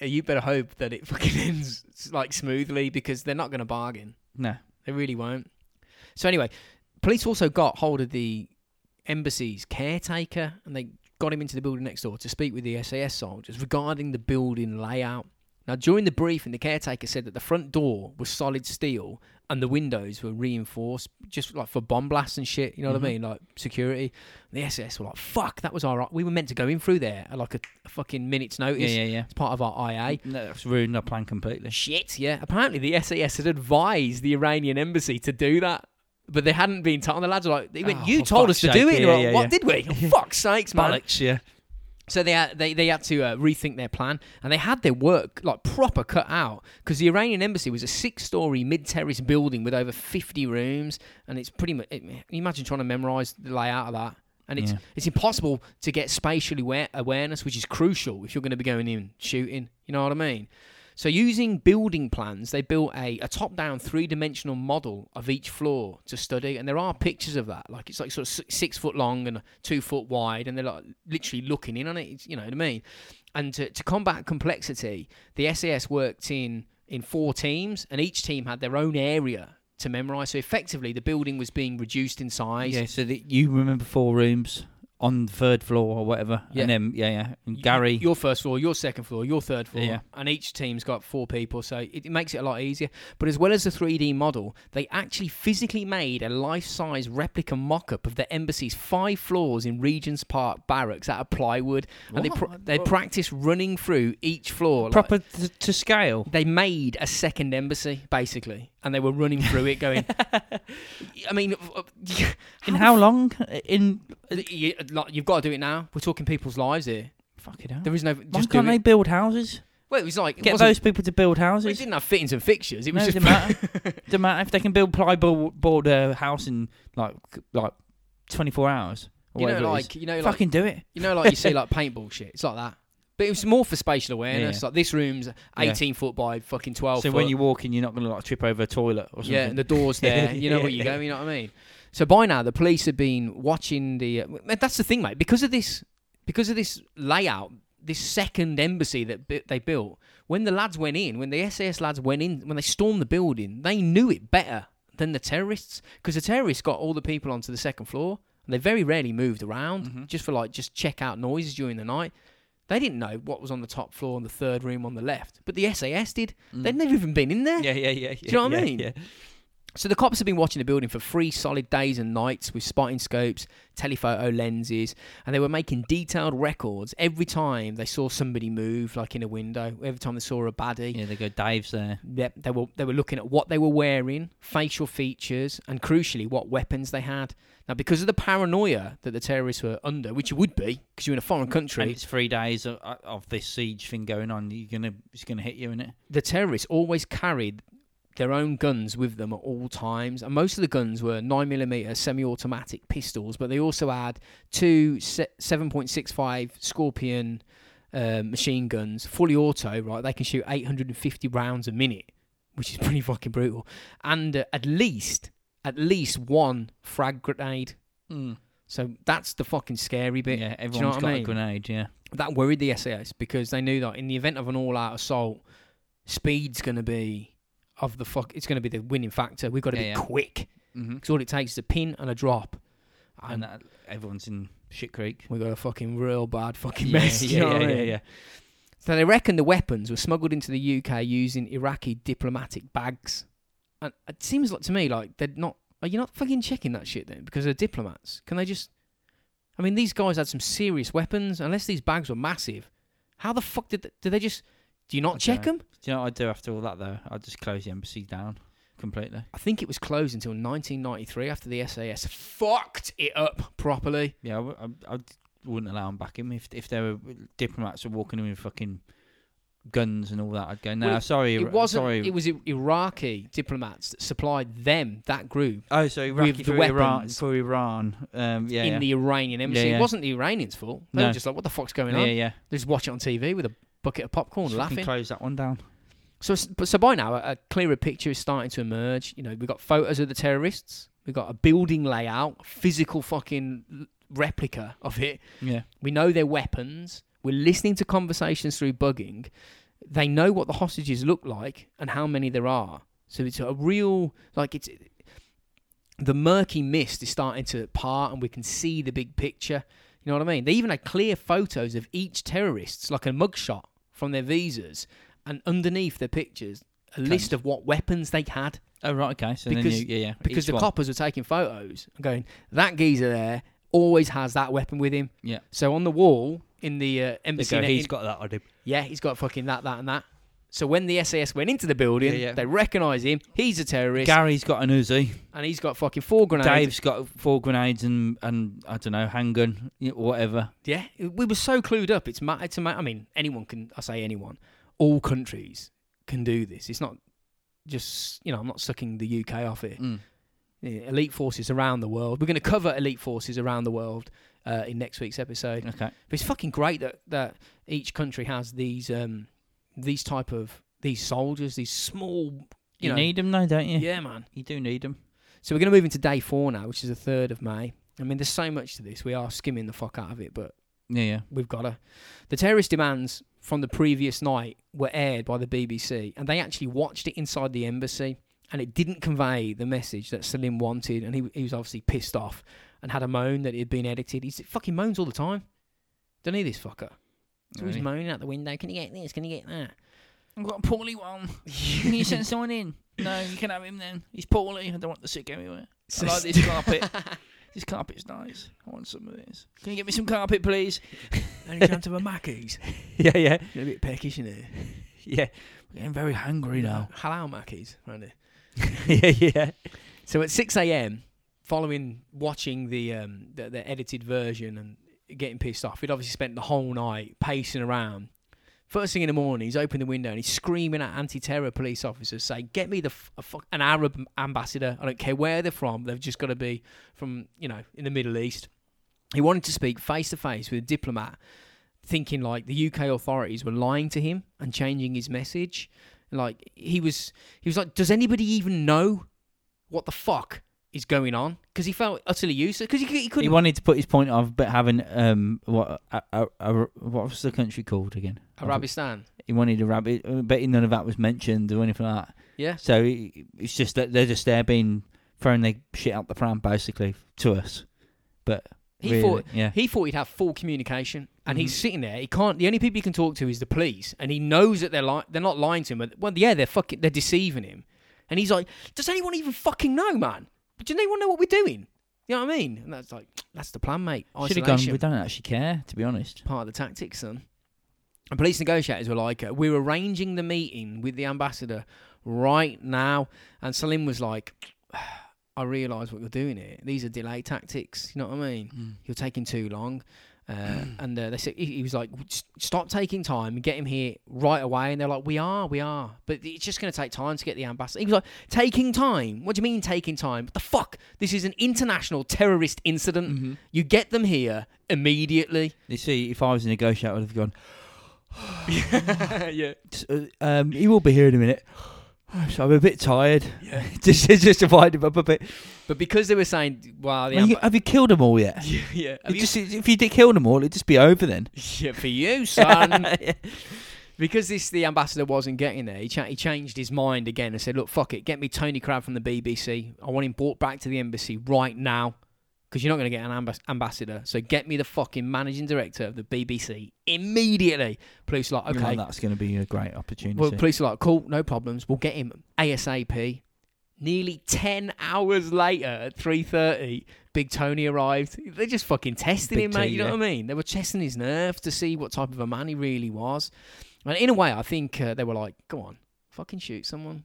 you better hope that it fucking ends like smoothly because they're not going to bargain. no. They really won't. So anyway, police also got hold of the embassy's caretaker and they got him into the building next door to speak with the SAS soldiers regarding the building layout. Now during the briefing, the caretaker said that the front door was solid steel and the windows were reinforced just like for bomb blasts and shit, you know what I Mhm. mean? Like security. And the SAS were like, fuck, that was all right. We were meant to go in through there at like a, a fucking minute's notice. Yeah, yeah, yeah. It's part of our IA. No, that's ruined our plan completely. Shit, yeah. Apparently, the SAS had advised the Iranian embassy to do that, but they hadn't been told. And the lads were like, they went, Oh, "You for told us fuck's to do sake, it." yeah, We're like, yeah, what yeah. did we? Oh, fuck's sakes, man! Bollocks, yeah. So they had, they they had to uh, rethink their plan, and they had their work like proper cut out because the Iranian embassy was a six-story mid-terrace building with over fifty rooms, and it's pretty much. It, can you imagine trying to memorize the layout of that, and it's Yeah. it's impossible to get spatial aware, awareness, which is crucial if you're going to be going in shooting. You know what I mean? So using building plans, they built a, a top-down three-dimensional model of each floor to study, and there are pictures of that. Like it's like sort of si- six foot long and two foot wide, and they're like literally looking in on it. It's, you know what I mean? And to, to combat complexity, the SAS worked in in four teams, and each team had their own area to memorize. So effectively, the building was being reduced in size. Yeah, so that you remember four rooms on the third floor or whatever. Yeah. And then, yeah, yeah. And Y- Gary. your first floor, your second floor, your third floor, Yeah. and each team's got four people, so it, it makes it a lot easier. But as well as the 3D model, they actually physically made a life-size replica mock-up of the embassy's five floors in Regent's Park barracks out of plywood, and they pr- What? they practiced running through each floor. like- proper t- to scale. they made a second embassy basically, and they were running through it, going. I mean, uh, In how long? In. you, like, you've got to do it now. We're talking people's lives here. Fucking hell. There is no Why just do can't they it. build houses? Well, it was like it Get wasn't- those people to build Well, it houses. didn't have fittings and fixtures. It was No, just doesn't matter. doesn't matter if they can build plyboard uh, house in like c- like 24 hours. Or you whatever know, it is. like you know, like Fucking do it. you know, like you see like paintball shit. It's like that, but it was more for spatial awareness. Like this room's eighteen foot by fucking twelve. so foot. when you walk in, you're not going to like trip over a toilet or something. yeah, and the door's there. You know where you go. You know what I mean. So by now the police have been watching the. Uh, mate, that's the thing, mate. Because of this, because of this layout, this second embassy that bi- they built. When the lads went in, when the SAS lads went in, when they stormed the building, they knew it better than the terrorists because the terrorists got all the people onto the second floor and they very rarely moved around Mhm. just for like just check out noises during the night. They didn't know what was on the top floor and the third room on the left, but the SAS did. Mm. They'd never even been in there. yeah, yeah, yeah. you know what I yeah, mean? Yeah. So the cops have been watching the building for three solid days and nights with spotting scopes, telephoto lenses, and they were making detailed records every time they saw somebody move, like in a window, every time they saw a baddie. Yeah, they go, Dave's there. Yep, they were they were looking at what they were wearing, facial features, and crucially what weapons they had. Now, because of the paranoia that the terrorists were under, which you would be because you're in a foreign And country, it's three days of, of this siege thing going on. You're gonna, it's gonna hit you, innit? the terrorists always carried their own guns with them at all times, and most of the guns were 9mm semi automatic pistols, but they also had two se- 7.65 Scorpion uh, machine guns, fully auto, right? They can shoot 850 rounds a minute, which is pretty fucking brutal, and uh, at least, at least one frag grenade. Hmm. Mm. So that's the fucking scary bit Yeah, everyone's what I got mean? a grenade. Yeah, that worried the SAS because they knew that in the event of an all-out assault, speed's going to be of the fuck. It's going to be the winning factor. We've got to Yeah, be yeah. quick hmm because all it takes is a pin and a drop, And Mm-hmm. and that, everyone's in shit creek. we got a fucking real bad fucking mess. you yeah, know yeah, what I yeah, yeah, mean? yeah. So they reckon the weapons were smuggled into the UK using Iraqi diplomatic bags. And it seems like to me like they're not. Are you not fucking checking that shit then? Because they're diplomats. Can they just? I mean, these guys had some serious weapons. Unless these bags were massive, how the fuck did they, did they just? Do you not I check dunno. them? Do you know what I'd do after all that though? I'd just close the embassy down completely. I think it was closed until 1993 after the SAS fucked it up properly. Yeah, I, w- I- I d- wouldn't allow them back in if if there were diplomats were walking in with fucking guns and all that. I'd go, no, Well, sorry, It wasn't. Sorry. It was I- Iraqi diplomats that supplied them that group oh, so Iraqi the for Iran weapons. for Iran. Um, yeah, in yeah. the Iranian embassy. yeah. It wasn't the Iranians' fault. They No. were just like, what the fuck's going yeah, on? yeah. They just watch it on TV with a bucket of popcorn, Just fucking laughing. close that one down. so, s- but so by now, a, a clearer picture is starting to emerge. You know, we've got photos of the terrorists. We've got a building layout, physical fucking l- replica of it. Yeah, We know their weapons. We're listening to conversations through bugging. They know what the hostages look like and how many there are. So it's a real like it's the murky mist is starting to part and we can see the big picture. You know what I mean? They even had clear photos of each terrorist, like a mugshot from their visas, and underneath their pictures a list of what weapons they had Oh right, okay. So Because- then you, yeah, yeah. because each the one. coppers were taking photos and going, that geezer there always has that weapon with him. Yeah. So on the wall in the uh, They embassy, go, net- he's in- got that on him. yeah, he's got fucking that, that, and that. So when the SAS went into the building, Yeah, yeah. they recognise him. He's a terrorist, Gary's got an Uzi. and he's got fucking four grenades. Dave's got four grenades and and I don't know handgun, y- whatever. Yeah, we were so clued up. It's ma- it's a ma- I mean, anyone can. I say anyone. All countries can do this. It's not just you know. I'm not sucking the UK off it. Mm. Yeah, elite forces around the world. We're going to cover elite forces around the world uh, in next week's episode. Okay. But it's fucking great that that each country has these um these type of these soldiers, these small You, you, know, need 'em need them though, don't you? yeah, man. You do need them. So we're going to move into day four now, which is the third of May. I mean, there's so much to this. We are skimming the fuck out of it, but Yeah, yeah. we've got to. The terrorist demands from the previous night were aired by the BBC, and they actually watched it inside the embassy, and it didn't convey the message that Salim wanted, and he, he was obviously pissed off and had a moan that it had been edited. He fucking moans all the time. Don't hear this fucker. He's always Really. moaning out the window. Can you get this? Can you get that? I've got a poorly one. Can you send someone in? No, you can have him then. He's poorly. I don't want the sick everywhere. I like this carpet. this carpet's nice. I want some of this. Can you get me some carpet, please? Any chance of a Mackey's? Yeah, yeah, A bit peckish in here. yeah. We're getting very hungry now. Halal Mackey's, Randy. yeah, yeah. So at 6 a.m., following watching the, um, the the edited version and getting pissed off, he'd obviously spent the whole night pacing around. First thing in the morning, he's opened the window and he's screaming at anti-terror police officers, saying, "Get me the f- a fuck- an Arab ambassador. I don't care where they're from. They've just got to be from you know in the Middle East." He wanted to speak face to face with a diplomat, thinking like the UK authorities were lying to him and changing his message. Like he was, he was like, "Does anybody even know what the fuck is going on? Because he felt utterly useless. Because he, c- he couldn't. He wanted to put his point of but having um what a, a, a- what was the country called again? Arabistan. He wanted a rabbit. I bet none of that was mentioned or anything like that. Yeah. So i- it's just that they're just there being throwing their shit out the pram basically to us. But He really, thought yeah, he thought he'd have full communication, and Mhm. he's sitting there. He can't. The only people he can talk to is the police, and he knows that they're li- they're not lying to him. But, well, yeah, they're fucking they're deceiving him, and he's like, "Does anyone even fucking know, man? Does anyone know what we're doing? You know what I mean?" And that's like, "That's the plan, mate. should have gone. Isolation. We don't actually care, to be honest. part of the tactics, son. And police negotiators were like, uh, "We're arranging the meeting with the ambassador right now." And Salim was like, "Ah, "I realise what you're doing here. These are delay tactics. You know what I mean? You're taking too long." Uh, and uh, they said he, he was like, "S- "Stop taking time and get him here right away." And they're like, "We are, we are, but it's just going to take time to get the ambassador." He was like, "Taking time? What do you mean taking time? What the fuck? This is an international terrorist incident. Mm. Mm-hmm. You get them here immediately." You see, if I was a negotiator, I'd have gone. yeah. "S- uh, Um, he will be here in a minute. So I'm a bit tired. Yeah, just just to wind him up a bit. But because they were saying, well, the Have you, amba- have you killed them all yet? yeah, yeah, It just, if you did kill them all, it'd just be over then. yeah, for you, son. because this the ambassador wasn't getting there, he, cha- he changed his mind again and said, "Look, fuck it, get me Tony Crab from the BBC. I want him brought back to the embassy right now, because you're not going to get an ambas- ambassador. So get me the fucking managing director of the BBC immediately." Police are like, You know, okay, that's going to be a great opportunity. well, police are like, cool, no problems. We'll get him ASAP. Nearly ten hours later, at three thirty, Big Tony arrived. They just fucking tested Big him, mate. T, you know yeah. what I mean? They were testing his nerve to see what type of a man he really was. And in a way, I think uh, they were like, "Go on, fucking shoot someone.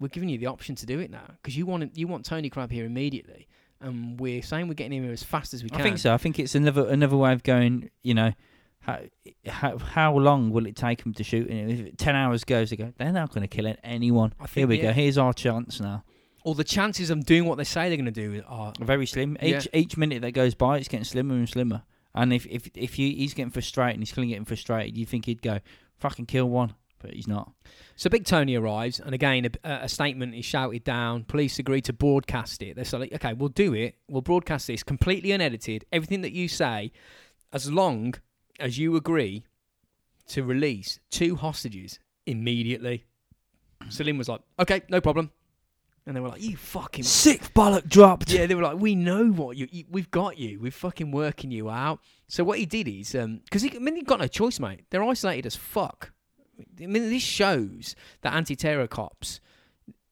We're giving you the option to do it now because you want you want Tony Crab here immediately, and we're saying we're getting him here as fast as we can." I think so. I think it's another another way of going. You know, how how, how long will it take them to shoot? And if it- ten hours goes, they go. They're not going to kill it- anyone. I think, Here we yeah. go. Here's our chance now. Or the chances of doing what they say they're going to do are Very slim. Each Yeah. each minute that goes by, it's getting slimmer and slimmer. And if if if you, he's getting frustrated and he's clearly getting frustrated, you think he'd go fucking kill one, but he's not. So Big Tony arrives, and again, a, a statement is shouted down. Police agree to broadcast it. They're sort of like, okay, we'll do it. We'll broadcast this completely unedited. Everything that you say, as long as you agree to release two hostages immediately. Salim was like, okay, no problem. And they were like, you fucking Sick bollock dropped. yeah, they were like, we know what you, you we've got you. We're fucking working you out. So what he did is, um 'cause he, I mean, he got no choice, mate. They're isolated as fuck. I mean, this shows that anti-terror cops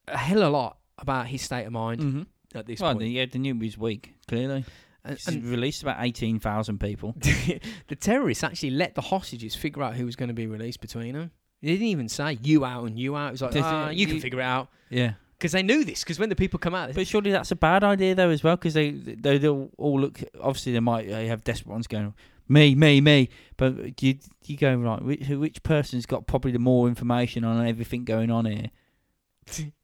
a hell of a lot about his state of mind Mm-hmm. at this Well, point. the, yeah, the new was weak. Clearly, And- he's and released about eighteen thousand people. the terrorists actually let the hostages figure out who was going to be released between them. They didn't even say you out and you out. It was like, They- ah, you can you- figure it out. Yeah. Because they knew this. Because when the people come out, But surely that's a bad idea though as well because they they they'll all look obviously they might they have desperate ones going me me me but you you go right which, which person's got probably the more information on everything going on here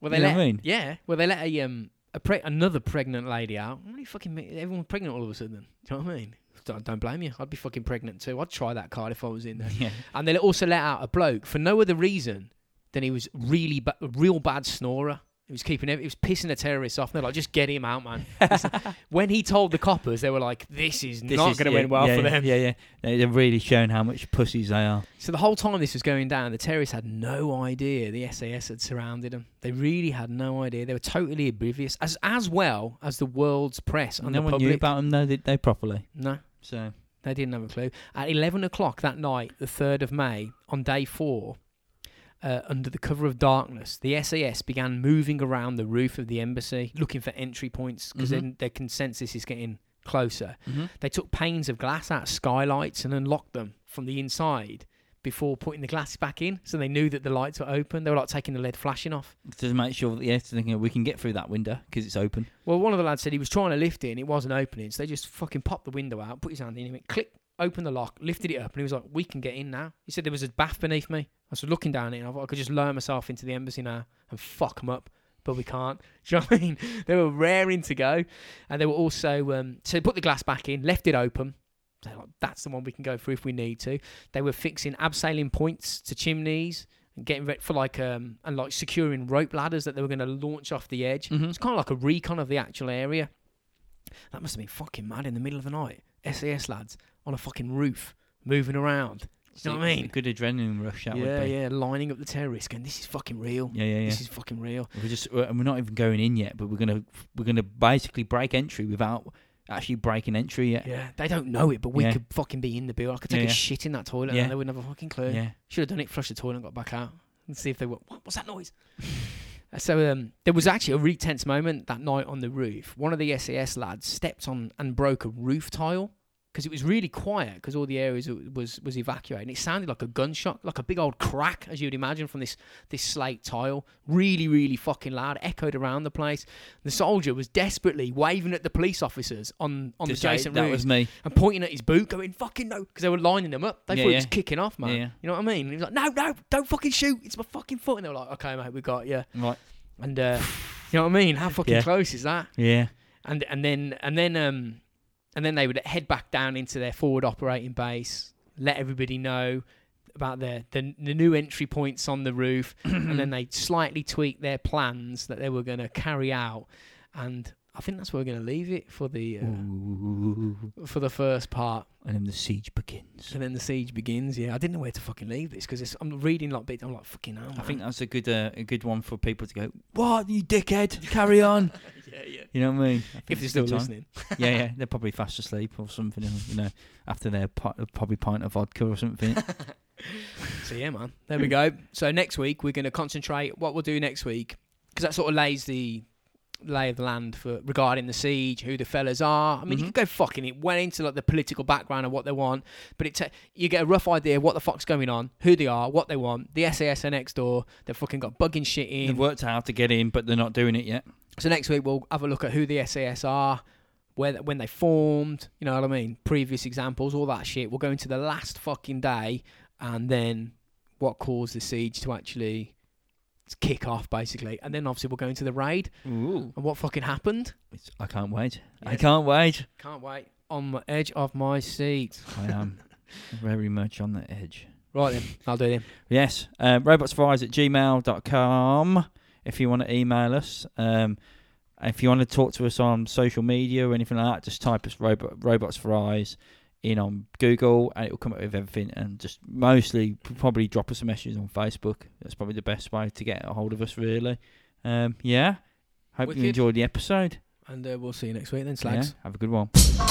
Well, they You know let what I mean? yeah. Well, they let a um a pre- another pregnant lady out. How many fucking ma- everyone pregnant all of a sudden? Do you know what I mean? Don't, don't blame you. I'd be fucking pregnant too. I'd try that card if I was in there. yeah And they also let out a bloke for no other reason than he was really ba- a real bad snorer. He was keeping ev- he was pissing the terrorists off. And they're like, just get him out, man. when he told the coppers, they were like, this is not going to yeah, end well yeah, for yeah, them. yeah yeah They- they're really showing how much pussies they are So the whole time this was going down, the terrorists had no idea the SAS had surrounded them. They really had no idea. They were totally oblivious, as as well as the world's press and no the one public. knew about them though did they properly no, so they didn't have a clue. At eleven o'clock that night, the third of May, on day four, uh, under the cover of darkness, the SAS began moving around the roof of the embassy, looking for entry points because Mhm. then their consensus is getting closer. They took panes of glass out of skylights and unlocked them from the inside before putting the glass back in. So they knew that the lights were open. They were like taking the lead flashing off. to make sure that yeah thinking we can get through that window because it's open Well, one of the lads said he was trying to lift it and it wasn't opening. So they just fucking popped the window out, put his hand in, he went click, opened the lock, lifted it up, and he was like, "We can get in now." He said there was a bath beneath me. I was looking down it, and I thought I could just lower myself into the embassy now and fuck 'em up, but we can't. Do you know what I mean? They were raring to go, and they were also um, so they put the glass back in, left it open. They're like, "That's the one we can go through if we need to." They were fixing abseiling points to chimneys. And getting ready for like um and like securing rope ladders that they were going to launch off the edge. Mhm. It's kind of like a recon of the actual area. That must have been fucking mad in the middle of the night. SAS lads on a fucking roof, moving around. So know what I it's a mean? good adrenaline rush that yeah, would be yeah, lining up the terrorists, going, "This is fucking real. yeah yeah yeah This is fucking real." We're just uh, we're- and we're not even going in yet, but we're gonna we're gonna basically break entry without actually breaking entry yet. Yeah, they don't know it, but we Yeah. could fucking be in the building. I could take Yeah, a yeah. shit in that toilet, Yeah. and they wouldn't have a fucking clue. Yeah. Should have done it, flushed the toilet and got back out and see if they were, what was that noise? Uh, so um, there was actually a really tense moment that night on the roof. One of the SAS lads stepped on and broke a roof tile because it was really quiet because all the areas w- was was evacuated. And it sounded like a gunshot, like a big old crack, as you'd imagine from this this slate tile. Really, really fucking loud, echoed around the place. The soldier was desperately waving at the police officers on on Just the say, adjacent that roof was me. and pointing at his boot, going "fucking no," because they were lining him up. They Yeah, thought he yeah. was kicking off, man. Yeah, yeah. You know what I mean? And he was like, "No, no, don't fucking shoot! It's my fucking foot." And they were like, "Okay, mate, we got you." Right. And uh, you know what I mean? How fucking Yeah. close is that? Yeah. And and then and then um and then they would head back down into their forward operating base, let everybody know about their the, the new entry points on the roof, and then they slightly tweaked their plans that they were going to carry out. And I think that's where we're going to leave it for the uh, Ooh. for the first part, And then the siege begins. and then the siege begins. Yeah, I didn't know where to fucking leave this because I'm reading like bits. I'm like fucking hell. I think man. that's a good uh, a good one for people to go. What you dickhead? Carry on. yeah, yeah. You know what I mean? I think If it's they're a still good time. listening, yeah, yeah, they're probably fast asleep or something. You know, after their pi- probably pint of vodka or something. So yeah, man. There we go. So next week we're going to concentrate. What we'll do next week, because that sort of lays the lay of the land for regarding the siege, who the fellas are. I mean, you Mhm. could go fucking it well into like the political background of what they want, but it ta- you get a rough idea of what the fuck's going on, who they are, what they want. The SAS are next door. They've fucking got bugging shit They've in. worked out how to get in, but they're not doing it yet. So next week we'll have a look at who the SAS are, where th- when they formed, you know what I mean, previous examples, all that shit. We'll go into the last fucking day, and then what caused the siege to actually to kick off, basically, and then obviously we'll go into the raid Ooh, and what fucking happened. it's, I can't wait. I Yes. can't wait. Can't wait. On the edge of my seat. I am very much on the edge. Right then, I'll do it. Yes, um, robotsfries at gmail.com if you want to email us. Um, if you want to talk to us on social media or anything like that, just type us robot, Robots Fries in on Google and it will come up with everything. And just mostly p- probably drop us a message on Facebook. That's probably the best way to get a hold of us, really. Um, yeah, hope Wicked. you enjoyed the episode. And uh, we'll see you next week then, slags. Yeah, have a good one. Oh,